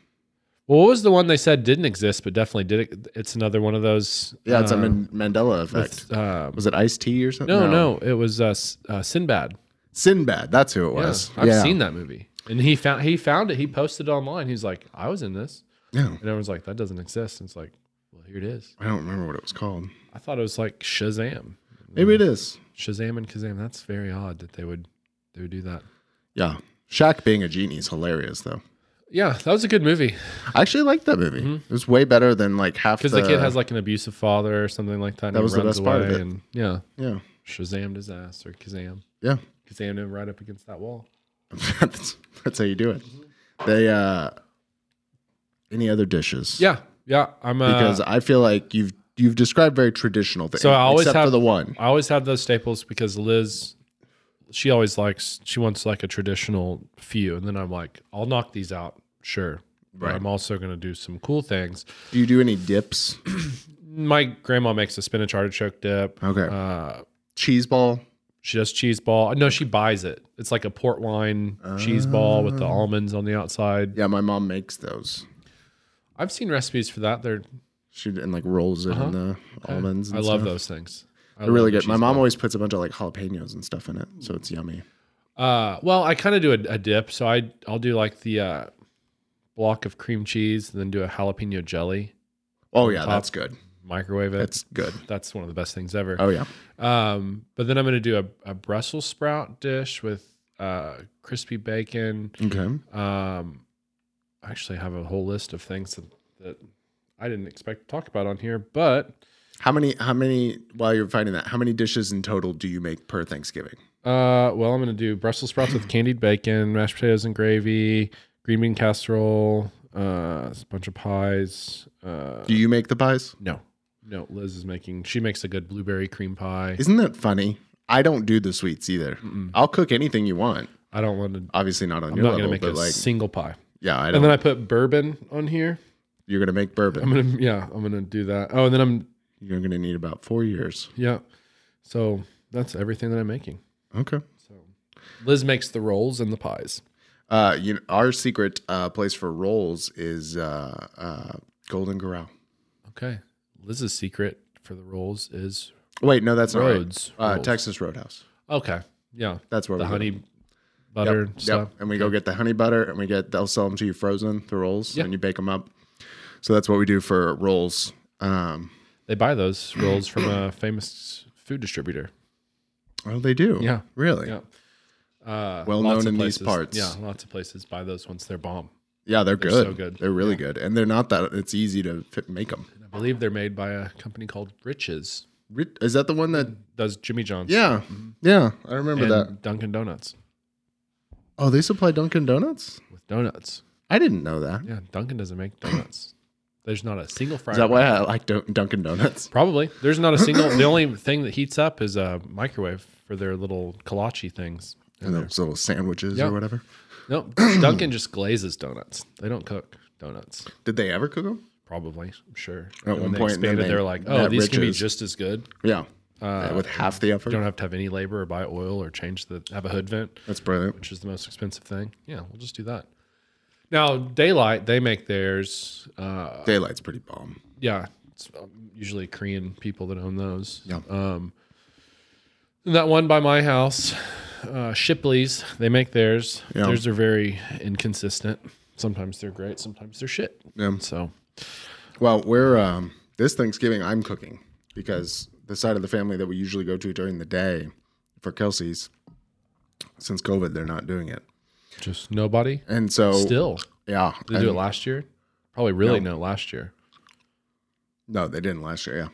Well, what was the one they said didn't exist but definitely did? It, it's another one of those.
Yeah, it's a
uh,
Man- Mandela effect.
with, um,
was it Ice Tea or something?
No, no, it was uh, S- uh, Sinbad.
Sinbad. That's who it
Yeah,
was.
I've
Yeah.
seen that movie, and he found he found it. He posted it online. He's like, I was in this,
Yeah.
and everyone's like, that doesn't exist. And it's like, well, here it is.
I don't remember what it was called.
I thought it was like Shazam,
Maybe it is.
Shazam and Kazam. That's very odd that they would they would do that.
Yeah. Shaq being a genie is hilarious, though.
Yeah, that was a good movie
I actually liked that movie. It was way better than like half.
Mm-hmm. because the, kid has like an abusive father or something like that. And
Uh, That
he
was the
runs
best part of
away
it.
And yeah,
yeah,
Shazam disaster, Kazam,
yeah.
Kazam him right up against that wall.
that's that's how you do it. They uh any other dishes?
Yeah, yeah. I'm uh,
because I feel like you've you've described very traditional things.
So I always
except
have
for the one.
I always have those staples because Liz, she always likes she wants like a traditional few, and then I'm like, I'll knock these out, sure. But
Right.
I'm also gonna do some cool things.
Do you do any dips?
My grandma makes a spinach artichoke dip.
Okay,
Uh,
cheese ball.
she does cheese ball. Uh, No, she buys it. It's like a port wine cheese ball with the almonds on the outside.
Oh. Yeah, my mom makes those.
I've seen recipes for that. They're
She and like rolls it in the almonds.
Uh-huh. I
and
love
stuff.
those things. I
They're really
love
good. My
cheese
mom always puts a bunch of like jalapenos and stuff in it, so it's yummy.
Uh, well, I kind of do a, a dip, so I I'll do like the uh, block of cream cheese, and then do a jalapeno jelly,
Oh yeah,
Top.
that's good.
microwave it.
That's good.
that's one of the best things ever.
Oh yeah.
Um, but then I'm gonna do a, a Brussels sprout dish with uh, crispy bacon.
Okay.
Um, I actually have a whole list of things that, that I didn't expect to talk about on here, but
How many? How many? While you're finding that, how many dishes in total do you make per Thanksgiving?
Uh, well, I'm gonna do Brussels sprouts with candied bacon, mashed potatoes and gravy, green bean casserole, uh, a bunch of pies. Uh,
Do you make the pies?
no, no, Liz is making. She makes a good blueberry cream pie.
Isn't that funny? I don't do the sweets either. I'll cook anything you want.
I don't want to.
Obviously not on
I'm
your
not
level,
gonna make a
but like,
single pie.
yeah, I don't.
And then I put bourbon on here.
you're gonna make
I'm
bourbon.
gonna, yeah, I'm gonna do that. Oh, and then I'm,
You're gonna need about four years.
yeah. So that's everything that I'm making.
Okay.
Liz makes the rolls and the pies.
Uh, you know, our secret uh, place for rolls is uh, uh, Golden Corral.
Okay. Liz's secret for the rolls is
Wait, no, that's not right.
Rhodes
Uh,
rolls.
Texas Roadhouse.
okay. Yeah.
That's where
the
we go.
honey butter
Yep,
stuff.
and we go get the honey butter, and we get they'll sell them to you frozen, the rolls,
Yeah.
and you bake them up. So that's what we do for rolls. Um,
They buy those rolls from a famous food distributor.
oh, they do.
Yeah.
really.
Yeah. Uh,
Well
lots of
known in these
places-
parts.
Yeah, lots of places buy those once they're bomb.
Yeah, they're,
They're
good.
so good.
They're really good, and they're not that. It's easy to fit, make them.
And I believe they're made by a company called Riches.
Is that the one that?
Does Jimmy John's?
Yeah, yeah, I remember
Mm-hmm. and
that.
Dunkin' Donuts
Oh, they supply Dunkin' Donuts.
with donuts.
I didn't know that. Is
Yeah, Dunkin' doesn't make donuts. There's not a single fry.
that why I like Dun- Dunkin' Donuts?
Probably. There's not a single. the only thing that heats up is a microwave for their little kolache things.
And those little sandwiches
Yeah.
or whatever.
Nope. Dunkin' just glazes donuts. They don't cook donuts.
Did they ever cook them?
Probably, I'm sure.
At
when
one
they
point, then
expanded,
they-
they, were like, "Oh,
that
these can be
Riches-
just as good.
Yeah, Yeah, with half the effort.
You Uh, don't have to have any labor or buy oil or change the have a hood vent,
That's brilliant.
which is the most expensive thing. Yeah, we'll just do that." Now, daylight they make theirs. Uh,
Daylight's pretty bomb.
yeah, it's um, usually Korean people that own those.
Yeah.
Um, and that one by my house, uh, Shipley's, they make theirs.
Yeah.
Theirs are very inconsistent. Sometimes they're great, sometimes they're shit.
Yeah.
So
Well, we're um, this Thanksgiving I'm cooking because the side of the family that we usually go to during the day for Kelsey's, since COVID, they're not doing it.
just nobody.
And so
Still,
yeah,
Did they do it
and-
last year? Probably really no, last year.
No, they didn't last year. Yeah,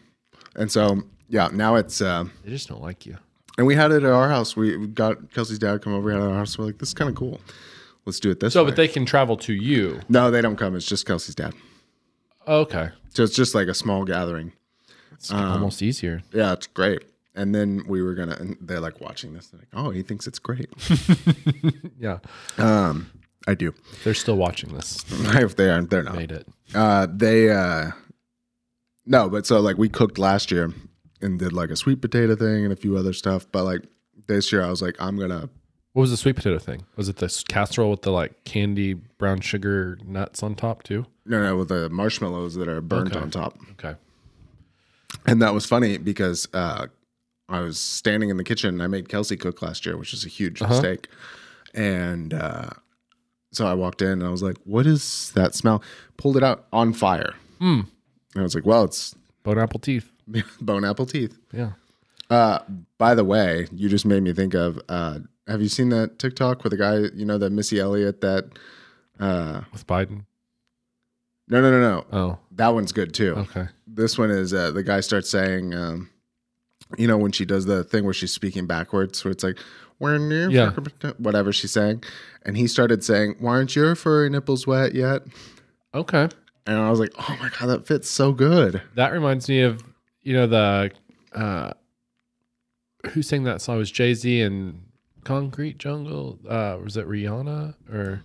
and so yeah, now it's uh,
They just don't like you.
and we had it at our house. We we got Kelsey's dad come over had it at our house. We're like, this is kind of cool. Let's do it this
So,
way.
but they can travel to you.
no, they don't come. It's just Kelsey's dad.
Okay,
So it's just like a small gathering.
it's almost easier.
Yeah, it's great. And then we were gonna. And they're like watching this. They're like, oh, he thinks it's great. Um,
Yeah,
I do.
they're still watching this.
if they aren't, they're not.
Made it.
Uh, they uh, no, but so like we cooked last year and did like a sweet potato thing and a few other stuff. But like this year, I was like, I'm gonna
What was the sweet potato thing? Was it the s- casserole with the like candy brown sugar nuts on top too?
No, no, with the marshmallows that are burnt
Okay.
on top.
Okay.
And that was funny because uh, I was standing in the kitchen. I made Kelsey cook last year, which was a huge mistake. And uh, so I walked in and I was like, "What is that smell?" Pulled it out on fire. And I was like, "Well, it's
Hmm. Bone apple teeth.
bone apple teeth." Uh,
Yeah.
By the way, you just made me think of. Uh, have you seen that TikTok with the guy? You know that Missy Elliott. That uh,
With Biden.
no, no, no, no.
Oh,
That one's good too.
okay.
This one is uh, the guy starts saying, um, you know, when she does the thing where she's speaking backwards, where it's like, "We're near,"
Yeah.
whatever she's saying, and he started saying, "Why aren't your furry nipples wet yet?"
Okay.
And I was like, "Oh my god, that fits so good."
That reminds me of, you know, the, uh, who sang that song? It was Jay Z and Concrete Jungle. Uh, was it Rihanna or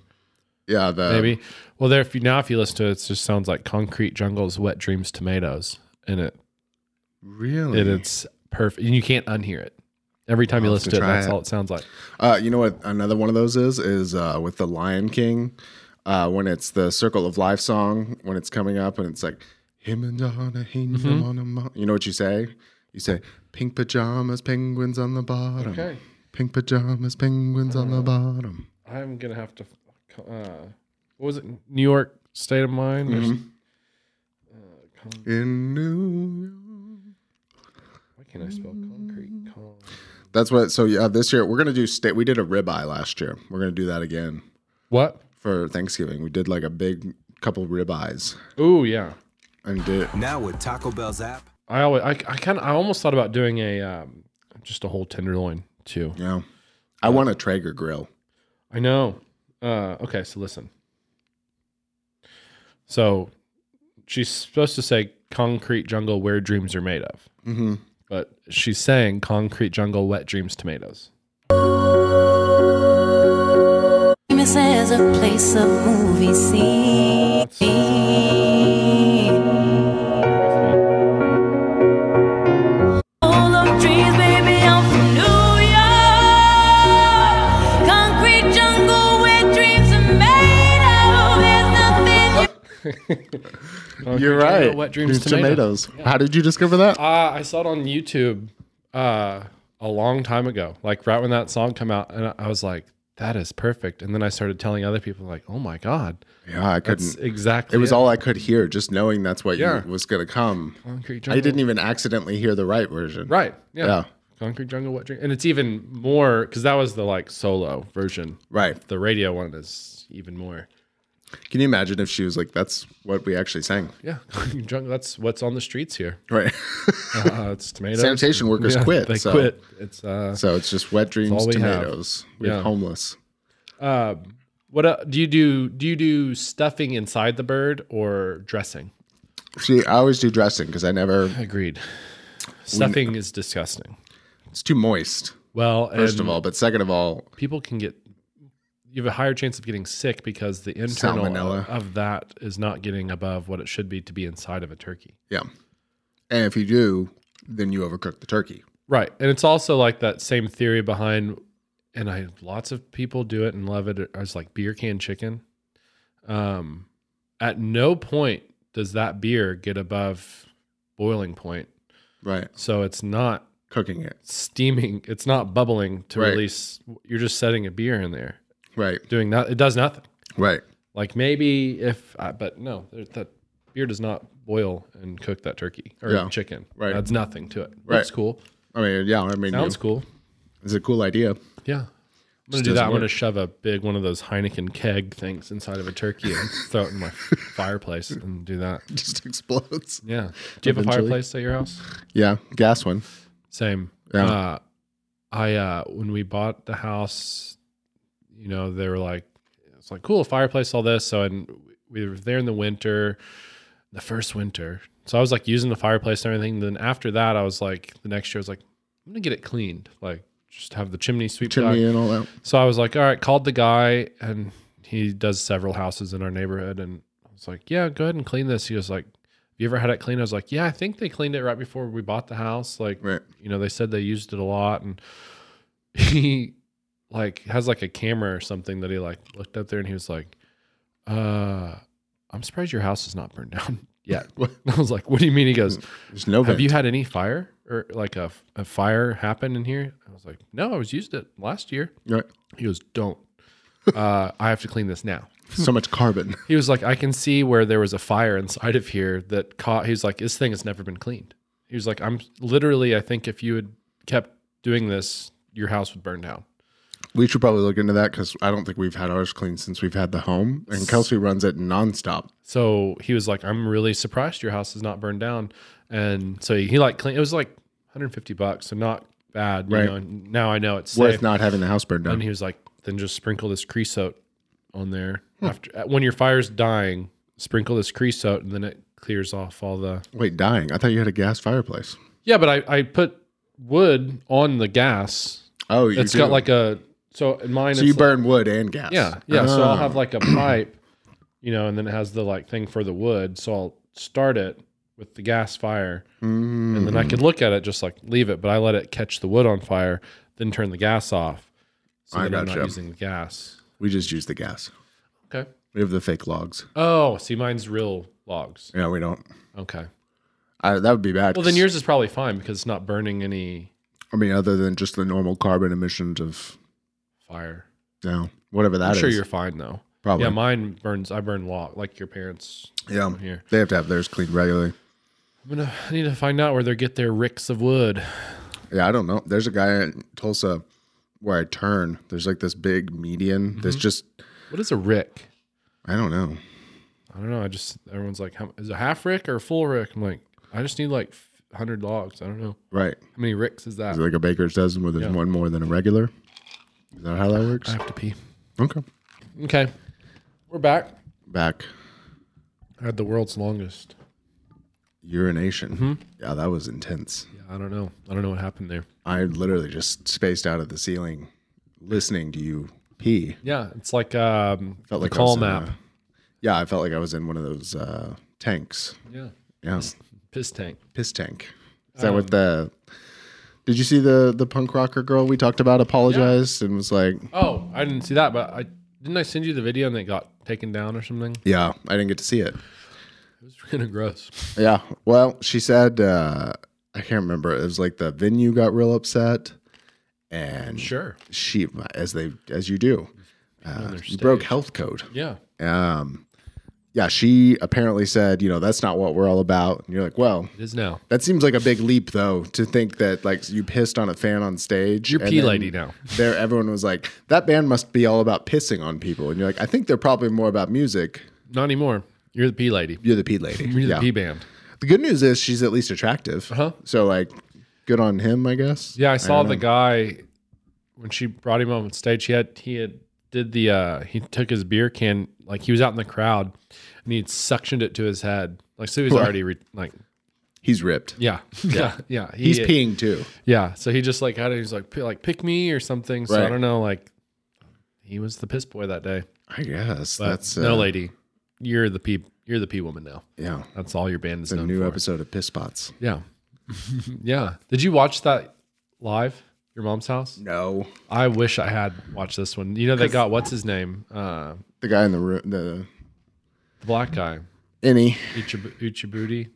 Yeah, the
maybe? well, there, if you now, if you listen to it, it just sounds like Concrete Jungle's Wet Dreams Tomatoes. And it,
really.
it it's perfect. And you can't unhear it. Every time you
Hmm. I'll have
listen
to
to it,
try
that's
it.
all it sounds like.
Uh, you know what? Another one of those is is uh, with the Lion King, uh, when it's the Circle of Life song when it's coming up and it's like him and on a him on a mo-" You know what you say? You say pink pajamas, penguins on the bottom.
Okay.
Pink pajamas, penguins on the bottom.
I'm gonna have to. Uh, what was it? New York State of Mind. or
Mm-hmm.
s-
In New York.
Why can't I spell concrete? Con-
That's what. So yeah, this year we're gonna do state. We did a ribeye last year. We're gonna do that again
What?
for Thanksgiving. We did like a big couple ribeyes
Oh yeah.
and did.
Now with Taco Bell's app,
I always. I, I kind of. I almost thought about doing a um, just a whole tenderloin too.
You know, I want a Traeger grill.
I know. Uh, okay, so listen. So, she's supposed to say concrete jungle where dreams are made of,
Mm-hmm.
but she's saying concrete jungle wet dreams tomatoes.
Famous as a place of movie scene. Full of dreams, baby, I'm from New York. Concrete jungle where dreams are made of. There's nothing you
Concrete
You're right.
jungle, Wet dreams,
Dreams
tomatoes.
tomatoes. How did you discover that?
Uh, I saw it on YouTube uh, a long time ago, like right when that song came out, and I- I was like, "That is perfect." And then I started telling other people, like, "Oh my god,
Yeah, I
that's
couldn't.
exactly."
It was all I could hear, just knowing that's what
Yeah.
you, was going to come.
concrete
I
jungle.
didn't even accidentally hear the right version.
Right. Yeah.
Yeah.
Concrete jungle, wet dream, and it's even more because that was the like solo version.
Right.
The radio one is even more.
Can you imagine if she was like, "That's what we actually sang"?
Yeah, concrete jungle. That's what's on the streets here.
Right.
Uh, it's tomatoes.
Sanitation workers
Yeah,
quit.
They
so.
quit. It's uh,
So it's just wet dreams,
all we have.
tomatoes. We're
Yeah.
homeless.
Um, what uh, do you do? Do you do stuffing inside the bird or dressing?
See, I always do dressing because I never.
Agreed. Stuffing is disgusting.
It's too moist.
Well,
First
and
of all, but second of all,
people can get you have a higher chance of getting sick because the internal
Salmonella.
of that is not getting above what it should be to be inside of a turkey.
yeah. And if you do, then you overcook the turkey.
Right. And it's also like that same theory behind, and I lots of people do it and love it. I was like beer can chicken. Um, at no point does that beer get above boiling point,
Right.
so it's not
Cooking it.
steaming, it's not bubbling to
Right.
release. You're just setting a beer in there,
Right.
doing that. It does nothing.
Right.
Like maybe if, I, but no, there- that beer does not boil and cook that turkey or
Yeah.
chicken.
Right.
that's nothing to it.
Right.
That's cool.
I mean, yeah. I mean,
Sounds
you-
cool.
it's a cool idea.
Yeah. I'm gonna
Just
do that.
doesn't
I'm gonna
work.
shove a big one of those Heineken keg things inside of a turkey and throw it in my fireplace and do that.
just explodes.
Yeah. Do you have a
Eventually.
fireplace at your house?
Yeah, gas one.
Same. Uh, I uh, when we bought the house, you know, they were like, it's like cool fireplace, all this. So and we were there in the winter, the first winter. So I was like using the fireplace and everything. Then after that, I was like, the next year, I was like, I'm gonna get it cleaned, like just have the chimney sweep. done.
Chimney and all that.
So I was like, all right, called the guy, and he does several houses in our neighborhood. And I was like, yeah, go ahead and clean this. He was like, have you ever had it cleaned? I was like, yeah, I think they cleaned it right before we bought the house. Like,
Right.
you know, they said they used it a lot. And he like has like a camera or something that he like looked up there and he was like, uh, I'm surprised your house is not burned down yet.
What?
And I was like, what do you mean? He goes,
There's no
have
vent.
you had any fire or like a, a fire happen in here? I was like, no, I was used it last year.
Right.
He goes, don't. Uh, I have to clean this now.
So much carbon.
He was like, I can see where there was a fire inside of here that caught. He's like, this thing has never been cleaned. He was like, I'm literally, I think if you had kept doing this, your house would burn down.
We should probably look into that because I don't think we've had ours clean since we've had the home. And Kelsey runs it nonstop.
So he was like, I'm really surprised your house is not burned down. And so he, he like clean. It was like 150 bucks, so not bad. You
Right.
know, and now I know it's
Worth
safe.
not having the house burned
And
down.
he was like, then just sprinkle this creosote on there
Hmm.
after uh, when your fire's dying. Sprinkle this creosote, and then it clears off all the.
Wait, dying. I thought you had a gas fireplace.
Yeah, but I, I put wood on the gas.
Oh, you
It's
do.
got like a so in mine.
So
it's
you
like-
burn wood and gas.
Yeah, yeah. So I'll
Ah.
have like a pipe, you know, and then it has the like thing for the wood. So I'll start it with the gas fire, and
Mm.
then I could look at it just like leave it, but I let it catch the wood on fire, then turn the gas off. So that
I
I'm
gotcha.
not using the gas.
We just use the gas.
Okay.
We have the fake logs.
Oh, see, mine's real logs.
Yeah, we don't.
Okay.
I, that would be bad.
Well, then
'cause-
yours is probably fine because it's not burning any
I mean, other than just the normal carbon emissions of
fire.
you know, whatever that
I'm
is.
sure you're fine though.
Probably.
Yeah, mine burns. I burn log like your parents.
yeah.
here.
They have to have theirs cleaned regularly.
I'm gonna. I need to find out where they get their ricks of wood.
Yeah, I don't know. There's a guy in Tulsa where I turn. There's like this big median that's
Mm-hmm.
just
What is a rick?
I don't know.
I don't know. I just everyone's like, how, is it a half rick or a full rick? I'm like, I just need like hundred logs. I don't know
Right.
how many ricks is that.
Is it like a baker's dozen where there's one more than a regular? Is that how that works?
I have to pee.
Okay.
Okay, we're back.
Back
I had the world's longest.
urination.
Mm-hmm.
Yeah, that was intense.
Yeah, I don't know. I don't know what happened there.
I literally just spaced out at the ceiling listening to you pee.
Yeah, it's like um, the
Felt like I
call
was in
map.
a- yeah, I felt like I was in one of those uh, tanks.
Yeah,
Yeah.
piss tank.
piss tank. Is that what the? Did you see the the punk rocker girl we talked about apologized and was like,
Oh, I didn't see that, but I didn't. I send you the video and it got taken down or something.
"Yeah, I didn't get to see it."
It was kind of gross.
Yeah, well, she said uh, I can't remember. It was like the venue got real upset, and
Sure.
she as they as you do, uh,
their
you broke health code.
Yeah.
Um, yeah, she apparently said, you know, that's not what we're all about. And you're like, well.
It is now.
That seems like a big leap, though, to think that like you pissed on a fan on stage.
You're
and
pee
then
lady now.
There, everyone was like, "That band must be all about pissing on people," and you're like, "I think they're probably more about music."
Not anymore. You're the pee lady.
You're the pee lady.
You're the
yeah.
pee band.
The good news is she's at least attractive.
Uh-huh.
So like, good on him, I guess.
Yeah, I saw the guy when she brought him on stage. He had he had did the uh he took his beer can like he was out in the crowd and he'd suctioned it to his head. Like so he's already re- like
He's ripped.
yeah yeah yeah he,
He's peeing too.
yeah. So he just like had it. He's like "P- like pick me or something. So I
Right.
don't know like he was the piss boy that day.
I guess
But
that's
no
uh,
lady. You're the pee. You're the pee woman now.
Yeah,
That's all your band is
a
known
new
for.
episode of Piss Spots.
Yeah, yeah. Did you watch that live? Your mom's house.
No,
I wish I had watched this one. You know, they got what's his name, uh,
the guy in the room, the
the black guy,
any.
Uchib- Uchibudi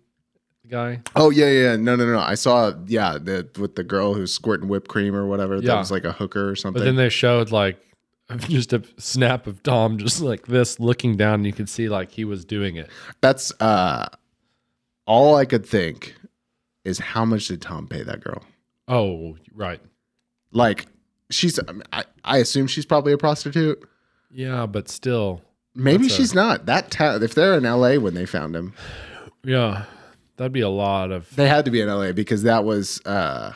guy.
Oh yeah, yeah. No, no, no. I saw yeah the with the girl who's squirting whipped cream or whatever. That
Yeah.
was like a hooker or something.
But then they showed like just a snap of Tom just like this looking down, and you could see like he was doing it.
That's uh all I could think is how much did Tom pay that girl?
Oh, right.
Like she's I mean, I, I assume she's probably a prostitute.
Yeah, but still,
Maybe she's not. That ta- if they're in LA when they found him,
yeah, that'd be a lot of.
they had to be in LA because that was uh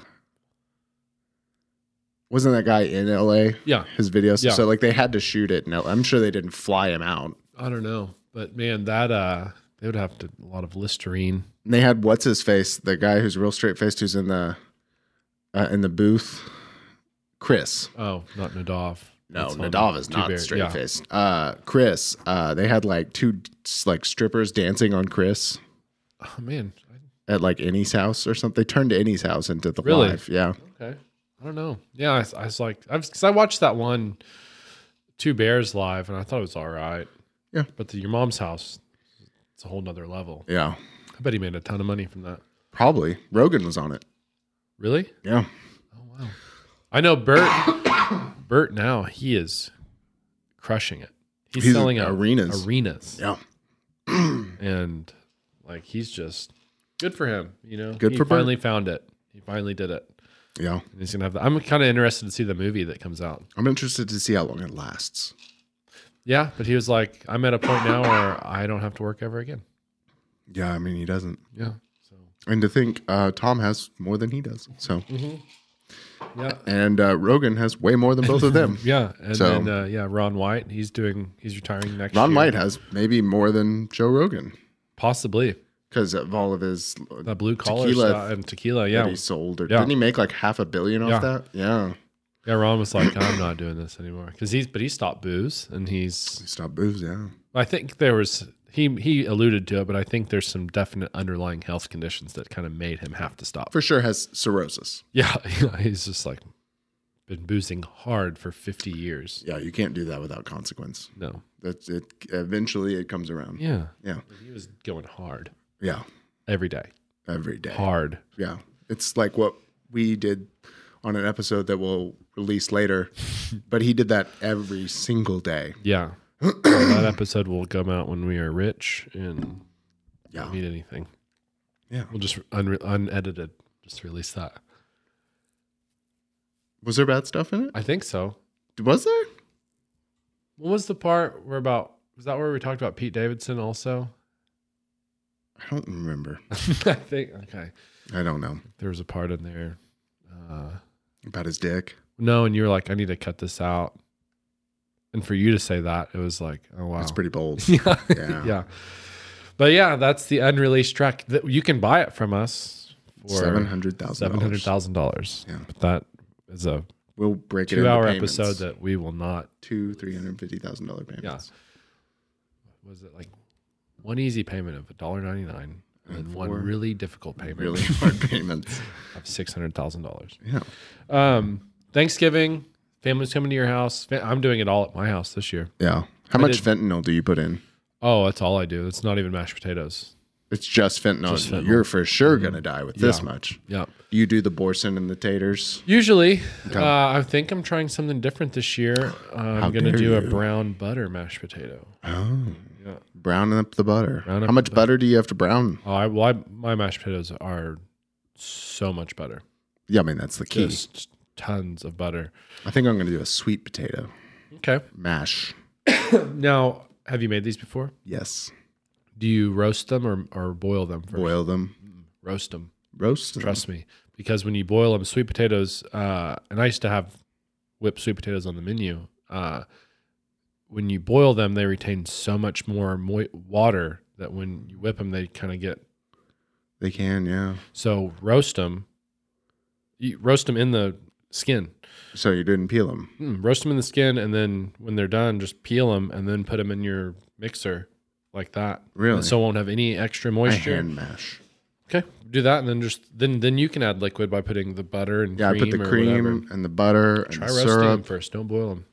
wasn't that guy in LA?
Yeah.
His videos.
Yeah.
So like they had to shoot it. No, I'm sure they didn't fly him out.
I don't know, but man, that uh, they would have to a lot of Listerine.
And they had what's his face, the guy who's real straight faced who's in the uh, in the booth, Chris.
Oh, not Nadav.
No,
That's on
Nadav is
Two
not
Bear-
straight
yeah.
faced. Uh, Chris, uh, they had like two like strippers dancing on Chris
Oh man,
at like Any's house or something. They turned Any's house into the
Really?
live. Yeah,
Okay. I don't know. Yeah, I, I was like, I was because I watched that one, Two Bears live, and I thought it was all right.
Yeah.
But the, your mom's house, it's a whole nother level.
yeah,
I bet he made a ton of money from that.
probably. Rogan was on it.
Really?
Yeah.
I know Bert. Bert now he is crushing it. He's,
He's
selling out
arenas.
arenas,
Yeah.
and like he's just good for him. You know,
Good
he
for Bert.
finally found it. He finally did it.
Yeah.
And he's gonna have. The, I'm kind of interested to see the movie that comes out.
I'm interested to see how long it lasts.
Yeah, but he was like, I'm at a point now where I don't have to work ever again.
Yeah, I mean he doesn't.
Yeah. So
And to think uh, Tom has more than he does. So
Mm-hmm. yeah.
and uh, Rogan has way more than both of them.
Yeah, and
So-
then uh, yeah, Ron White. He's doing. He's retiring next.
Ron
year.
White has maybe more than Joe Rogan
possibly
because of all of his
the blue collar
Tequila.
stuff and tequila.
that
Yeah,
he sold. Or
Yeah.
didn't he make like half a billion off
Yeah.
that? Yeah.
yeah. Ron was like, I'm not doing this anymore because he's. But he stopped booze, and he's.
Stop booze. Yeah.
I think there was. He he alluded to it, but I think there's some definite underlying health conditions that kind of made him have to stop.
For sure has cirrhosis.
yeah, he's just like been boozing hard for 50 years.
Yeah, you can't do that without consequence.
No.
That's it. Eventually, it comes around.
Yeah.
Yeah.
He was going hard
Yeah.
every day.
Every day.
Hard.
Yeah. It's like what we did on an episode that we'll release later, but he did that every single day.
Yeah. So that episode will come out when we are rich and
Yeah.
don't need anything.
Yeah.
We'll just unre- unedited just release that.
Was there bad stuff in
I think so.
it? Was there?
What was the part where about was that where we talked about Pete Davidson also?
I don't remember.
I think okay.
I don't know.
There was a part in there. Uh,
About his dick.
no, and you were like, I need to cut this out. And for you to say that, it was like, oh wow.
That's pretty bold.
yeah.
Yeah.
yeah. But yeah, that's the unreleased track. That you can buy it from us for
Seven hundred thousand.
seven hundred thousand dollars.
Yeah.
But that is a
We'll break it.
two hour
into payments.
episode that we will not
two three hundred fifty thousand dollar
yeah.
payments.
Was it like one easy payment of $1.99 and then one
four
really difficult payment
Really hard payments.
of six hundred thousand dollars?
Yeah.
Um, Thanksgiving, family's coming to your house. Fa- I'm doing it all at my house this year.
Yeah. How much fentanyl do you put in?
Oh, that's all I do. It's not even mashed potatoes.
It's just fentanyl.
Just fentanyl. Mm-hmm.
You're for sure gonna die with this
Yeah.
much.
Yeah.
You do the borson and the taters.
Usually, uh, I think I'm trying something different this year. Uh, I'm going to
dare
do a
you.
brown butter mashed potato.
Oh. Brown up the butter.
Brown up
How much butter do you have to brown?
Oh, I, well, I, my mashed potatoes are so much better.
Yeah, I mean that's the key.
Just tons of butter.
I think I'm gonna do a sweet potato
Okay.
mash.
Now, have you made these before?
Yes.
Do you roast them or, or boil them first?
Boil them.
Roast them.
Roast them.
Trust me, because when you boil them, sweet potatoes, uh, and I used to have whipped sweet potatoes on the menu. Uh, when you boil them, they retain so much more mo- water that when you whip them, they kind of get.
They can, yeah.
So roast them. You roast them in the skin.
So you didn't peel them.
Mm, roast them in the skin, and then when they're done, just peel them and then put them in your mixer like that.
Really?
And so it won't have any extra
I
moisture.
hand mash.
Okay, do that, and then just then then you can add liquid by putting the butter and
Yeah,
cream
I put the
or
cream
whatever.
and the butter and
Try
the
roasting them
syrup.
first. Don't boil them.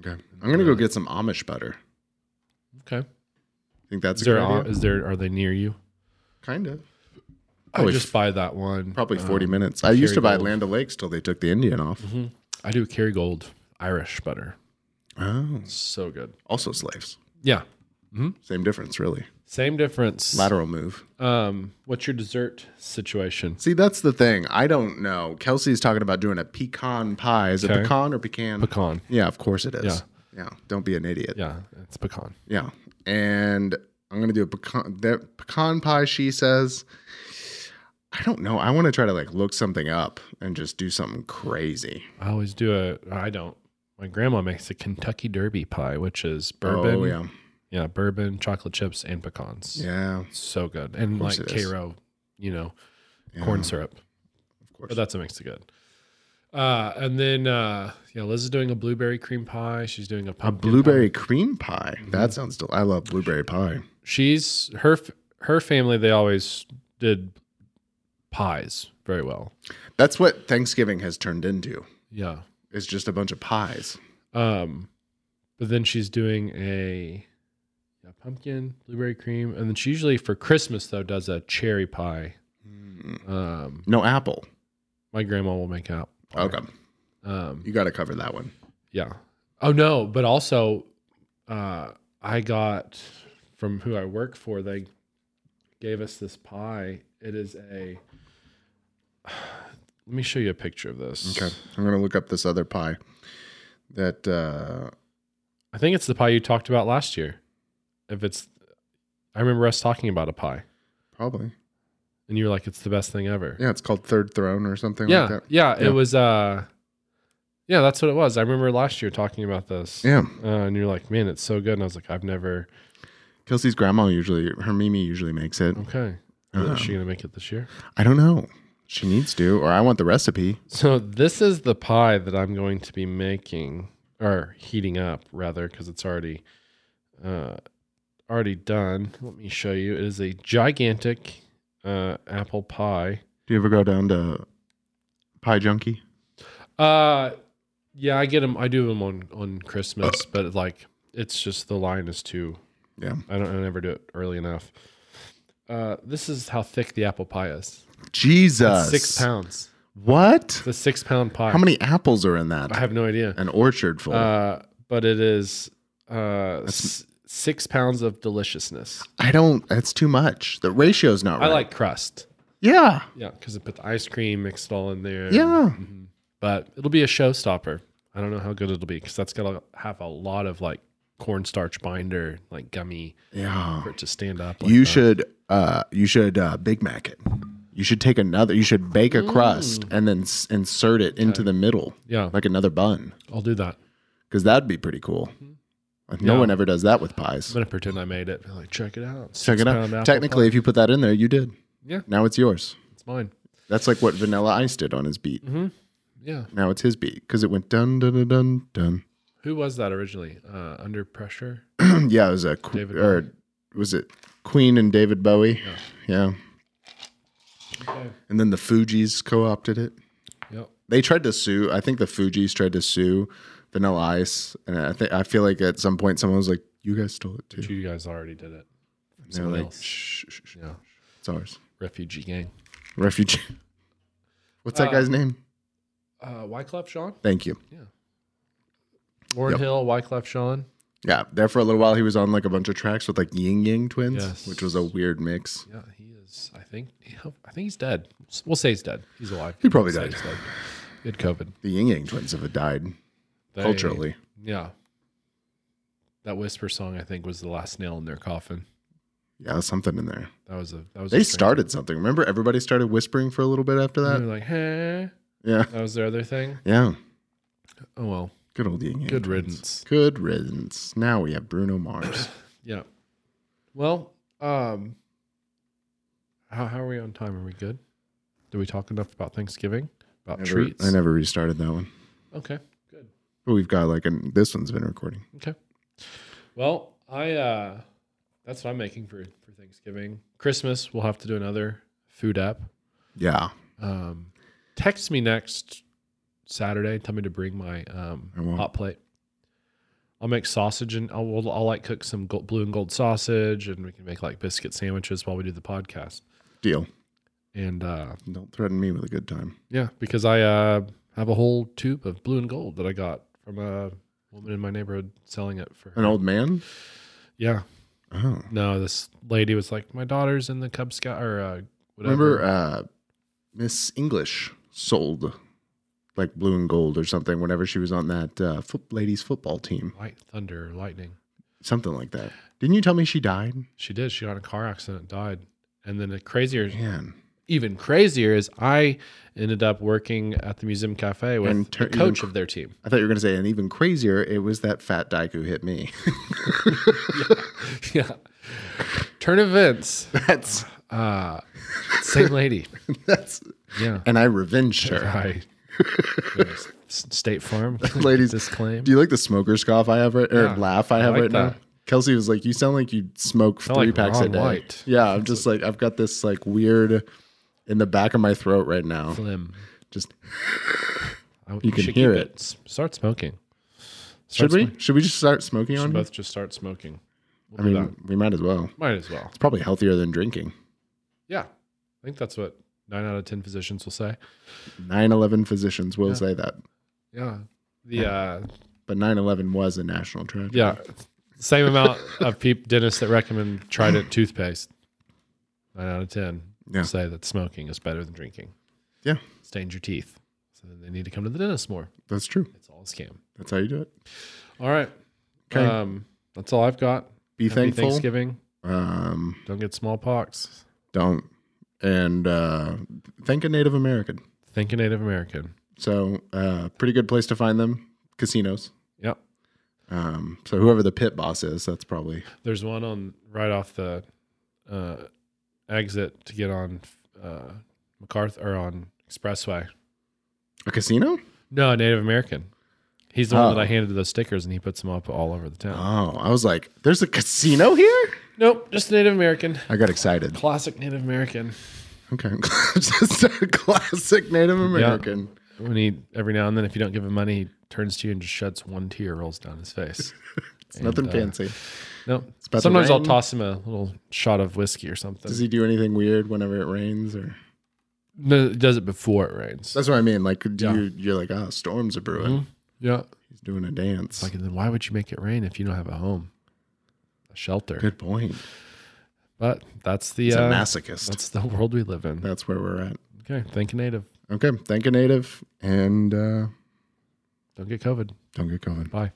Okay. I'm gonna go get some Amish butter.
Okay.
I think that's
Is
a
there
good idea.
is there are they near you?
kind of.
I
Probably
just buy that one.
Oh, Probably
Um,
40 minutes. I used to buy
Kerrygold.
Land Lakes till they took the Indian off.
Mm-hmm. I do Kerrygold Irish butter.
Oh.
So good.
Also slaves.
Yeah.
Same difference, really.
Same difference.
Lateral move.
Um, what's your dessert situation?
See, that's the thing. I don't know. Kelsey's talking about doing a pecan pie. Is
Okay.
it pecan or pecan?
Pecan.
Yeah, of course it is. Yeah. Don't be an idiot. Yeah.
Yeah, it's pecan.
And I'm gonna do a pecan that pecan pie, she says. I don't know. I want to try to like look something up and just do something crazy.
I always do a. I don't. My grandma makes a Kentucky Derby pie, which is bourbon.
Oh yeah.
Yeah, bourbon, chocolate chips, and pecans.
Yeah.
so good. And
course
like
it is.
Cairo, you know, corn syrup. Of
course.
But that's what makes it good. Uh, and then uh, yeah, Liz is doing a blueberry cream pie. Mm-hmm. She's doing a
A
pumpkin
blueberry cream pie. That sounds del- I love blueberry pie.
pie. She's her f- her family. They always did pies very well.
That's what Thanksgiving has turned into.
Yeah.
It's just a bunch of pies.
Um, but then she's doing a yeah, pumpkin blueberry cream, and then she usually for Christmas though does a cherry pie. Um,
No apple.
My grandma will make out.
Okay.
Um,
you got to cover that one.
Yeah. Oh no, but also uh I got from who I work for, they gave us this pie. It is a let me show you a picture of this.
Okay. I'm going to look up this other pie that uh,
I think it's the pie you talked about last year. If it's I remember us talking about a pie.
probably.
And you were like, it's the best thing ever.
Yeah, it's called Third Throne or something
yeah,
like that.
yeah,
Yeah.
It was uh yeah, that's what it was. I remember last year talking about this.
Yeah.
Uh, and you're like, man, it's so good. And I was like, I've never
Kelsey's grandma usually, her Mimi usually makes it.
Okay. Is
Uh-huh.
she gonna make it this year?
I don't know. She needs to, or I want the recipe.
So this is the pie that I'm going to be making or heating up rather because it's already uh, already done. Let me show you. It is a gigantic uh, apple pie.
Do you ever go down to Pie Junkie?
Uh, yeah, I get them. I do them on on Christmas, but like it's just the line is too.
Yeah.
I don't. I never do it early enough. Uh, this is how thick the apple pie is.
Jesus.
Six pounds.
What?
It's a six pound pie.
How many apples are in that?
I have no idea.
An orchard full.
Uh, but it is uh, s- six pounds of deliciousness.
I don't. That's too much. The ratio's not right.
I like crust.
Yeah.
Yeah, because it put the ice cream, mixed it Mm-hmm. all in there.
Yeah.
But it'll be a showstopper. I don't know how good it'll be because that's got to have a lot of like cornstarch binder, like gummy
Yeah.
for it to stand up. like
You
that.
should. Uh, you should uh, Big Mac it. You should take another. You should bake a crust
Mm.
and then s- insert it into the middle.
Yeah.
Like another bun,
I'll do that.
because that'd be pretty cool. Like, No
Yeah.
one ever does that with pies.
I'm going to pretend I made it. Be like, check it out.
Check it
Six-pound apple
out. Technically,
pie.
if you put that in there, you did.
Yeah.
Now it's yours.
it's mine.
That's like what Vanilla Ice did on his beat.
Yeah.
Now it's his beat because it went dun dun dun dun dun.
Who was that originally? Uh, under pressure?
yeah, it was a qu-
David
or was it Queen and David Bowie? Yeah. And then the Fugees co-opted it.
Yep.
They tried to sue. I think the Fugees tried to sue Vanilla Ice, and I think I feel like at some point someone was like, "You guys stole it too."
You guys already did it.
And they're like, shh, shh, shh,
Yeah.
"It's ours."
Refugee gang.
Refugee. What's that
Uh,
guy's name?
Uh, Wyclef Sean?
Thank you.
Lauren
Yep.
Hill, Wyclef Sean.
Yeah, there for a little while, he was on like a bunch of tracks with like Ying Yang Twins,
Yes.
which was a weird mix.
Yeah, he is. I think. I think he's dead. We'll say he's dead. He's alive.
He probably
We'll say
died.
he's dead. He had COVID.
The Ying Yang Twins have died
They-
culturally.
Yeah. That whisper song, I think, was the last nail in their coffin.
Yeah, something in there.
That was a. That was.
They
a strange-
started something. Remember, everybody started whispering for a little bit after
They
that.
were like, hey.
Yeah,
That was their other thing.
yeah.
Oh well.
Good old Ying Yang.
Good
Twins.
riddance.
Good riddance. Now we have Bruno Mars.
Yeah. Well, um, how how are we on time? Are we good? Did we talk enough about Thanksgiving? About
Never-
treats?
I never restarted that one,
Okay. Good.
but we've got like an, this one's been recording.
Okay. Well, I uh that's what I'm making for for Thanksgiving. Christmas, we'll have to do another food app.
Yeah,
Um text me next Saturday, tell me to bring my um
I won't.
hot plate. I'll make sausage and I'll, I'll, I'll like cook some gold, blue and gold sausage and we can make like biscuit sandwiches while we do the podcast.
deal.
And uh
Don't threaten me with a good time.
yeah, because I uh have a whole tube of blue and gold that I got from a woman in my neighborhood selling it for
An old man.
Yeah.
Oh,
No, this lady was like, my daughter's in the Cub Scout or uh, whatever.
remember uh, Miss English sold like blue and gold or something whenever she was on that uh, foot, ladies football team,
Light thunder, lightning.
something like that. Didn't you tell me she died?
She did. She got in a car accident, died. And then the crazier,
Man,
even crazier, is I ended up working at the museum cafe with
And tur-
the coach
even-
of their team.
I thought you were going to say, and even crazier, it was that fat dyke who hit me.
yeah. Turn events.
that's
Uh, same lady.
that's,
Yeah.
and I revenged her.
I, State Farm.
Ladies,
this claim.
Do you like the smoker scoff I have right, or
Yeah,
laugh I
I
have
like
right now?
that.
Kelsey was like, "You sound like you smoke
Sound
three
like
packs a
Ron
day."
White.
Yeah, I'm just like I've got this like weird in the back of my throat right now.
Slim.
Just
I-
You can
should
hear
keep
it.
S- Start smoking.
should
Start
we
smoking.
should we just start smoking
should
on? here?
both just start smoking.
I
We'll do
mean,
that.
we might as well.
Might as well.
It's probably healthier than drinking.
Yeah. I think that's what nine out of ten physicians will say.
9 11 physicians will say that.
Yeah. The uh,
But 9 11 was a national tragedy.
yeah, same amount of peop dentists that recommend Trident toothpaste. Nine out of ten
Yeah.
say that smoking is better than drinking.
Yeah.
Stains your teeth, so then they need to come to the dentist more.
That's true.
It's all a scam.
That's how you do it.
All right.
'Kay.
Um, that's all I've got.
Be
Happy
thankful.
Thanksgiving.
Um,
Don't get smallpox.
don't. And uh, thank a Native American.
Think a Native American.
So, uh, pretty good place to find them casinos.
Yep.
Um, so, whoever the pit boss is, that's probably
There's one on right off the uh, exit to get on uh, MacArthur or on Expressway.
a casino.
No, Native American. He's the one
Oh.
that I handed those stickers and he puts them up all over the town.
Oh, I was like, there's a casino here?
Nope, just Native American.
I got excited.
Classic Native American.
Okay. Just a classic Native American.
When he every now and then, if you don't give him money, he turns to you and just sheds one tear rolls down his face.
It's nothing
uh,
fancy.
No,
about to
sometimes I'll
rain.
toss him a little shot of whiskey or something.
Does he do anything weird whenever it rains or
No, it does it before it rains.
That's what I mean. Like do you you're like, oh, storms are brewing.
yeah.
He's doing a dance.
Mm-hmm. Like, then why would you make it rain if you don't have a home, a shelter?
Good point.
But that's the
He's
uh,
a masochist.
that's
That's,
the world we live in.
where we're at.
Okay, thank you, native.
Okay. Thank a native and uh
Don't get COVID.
don't get COVID.
Bye.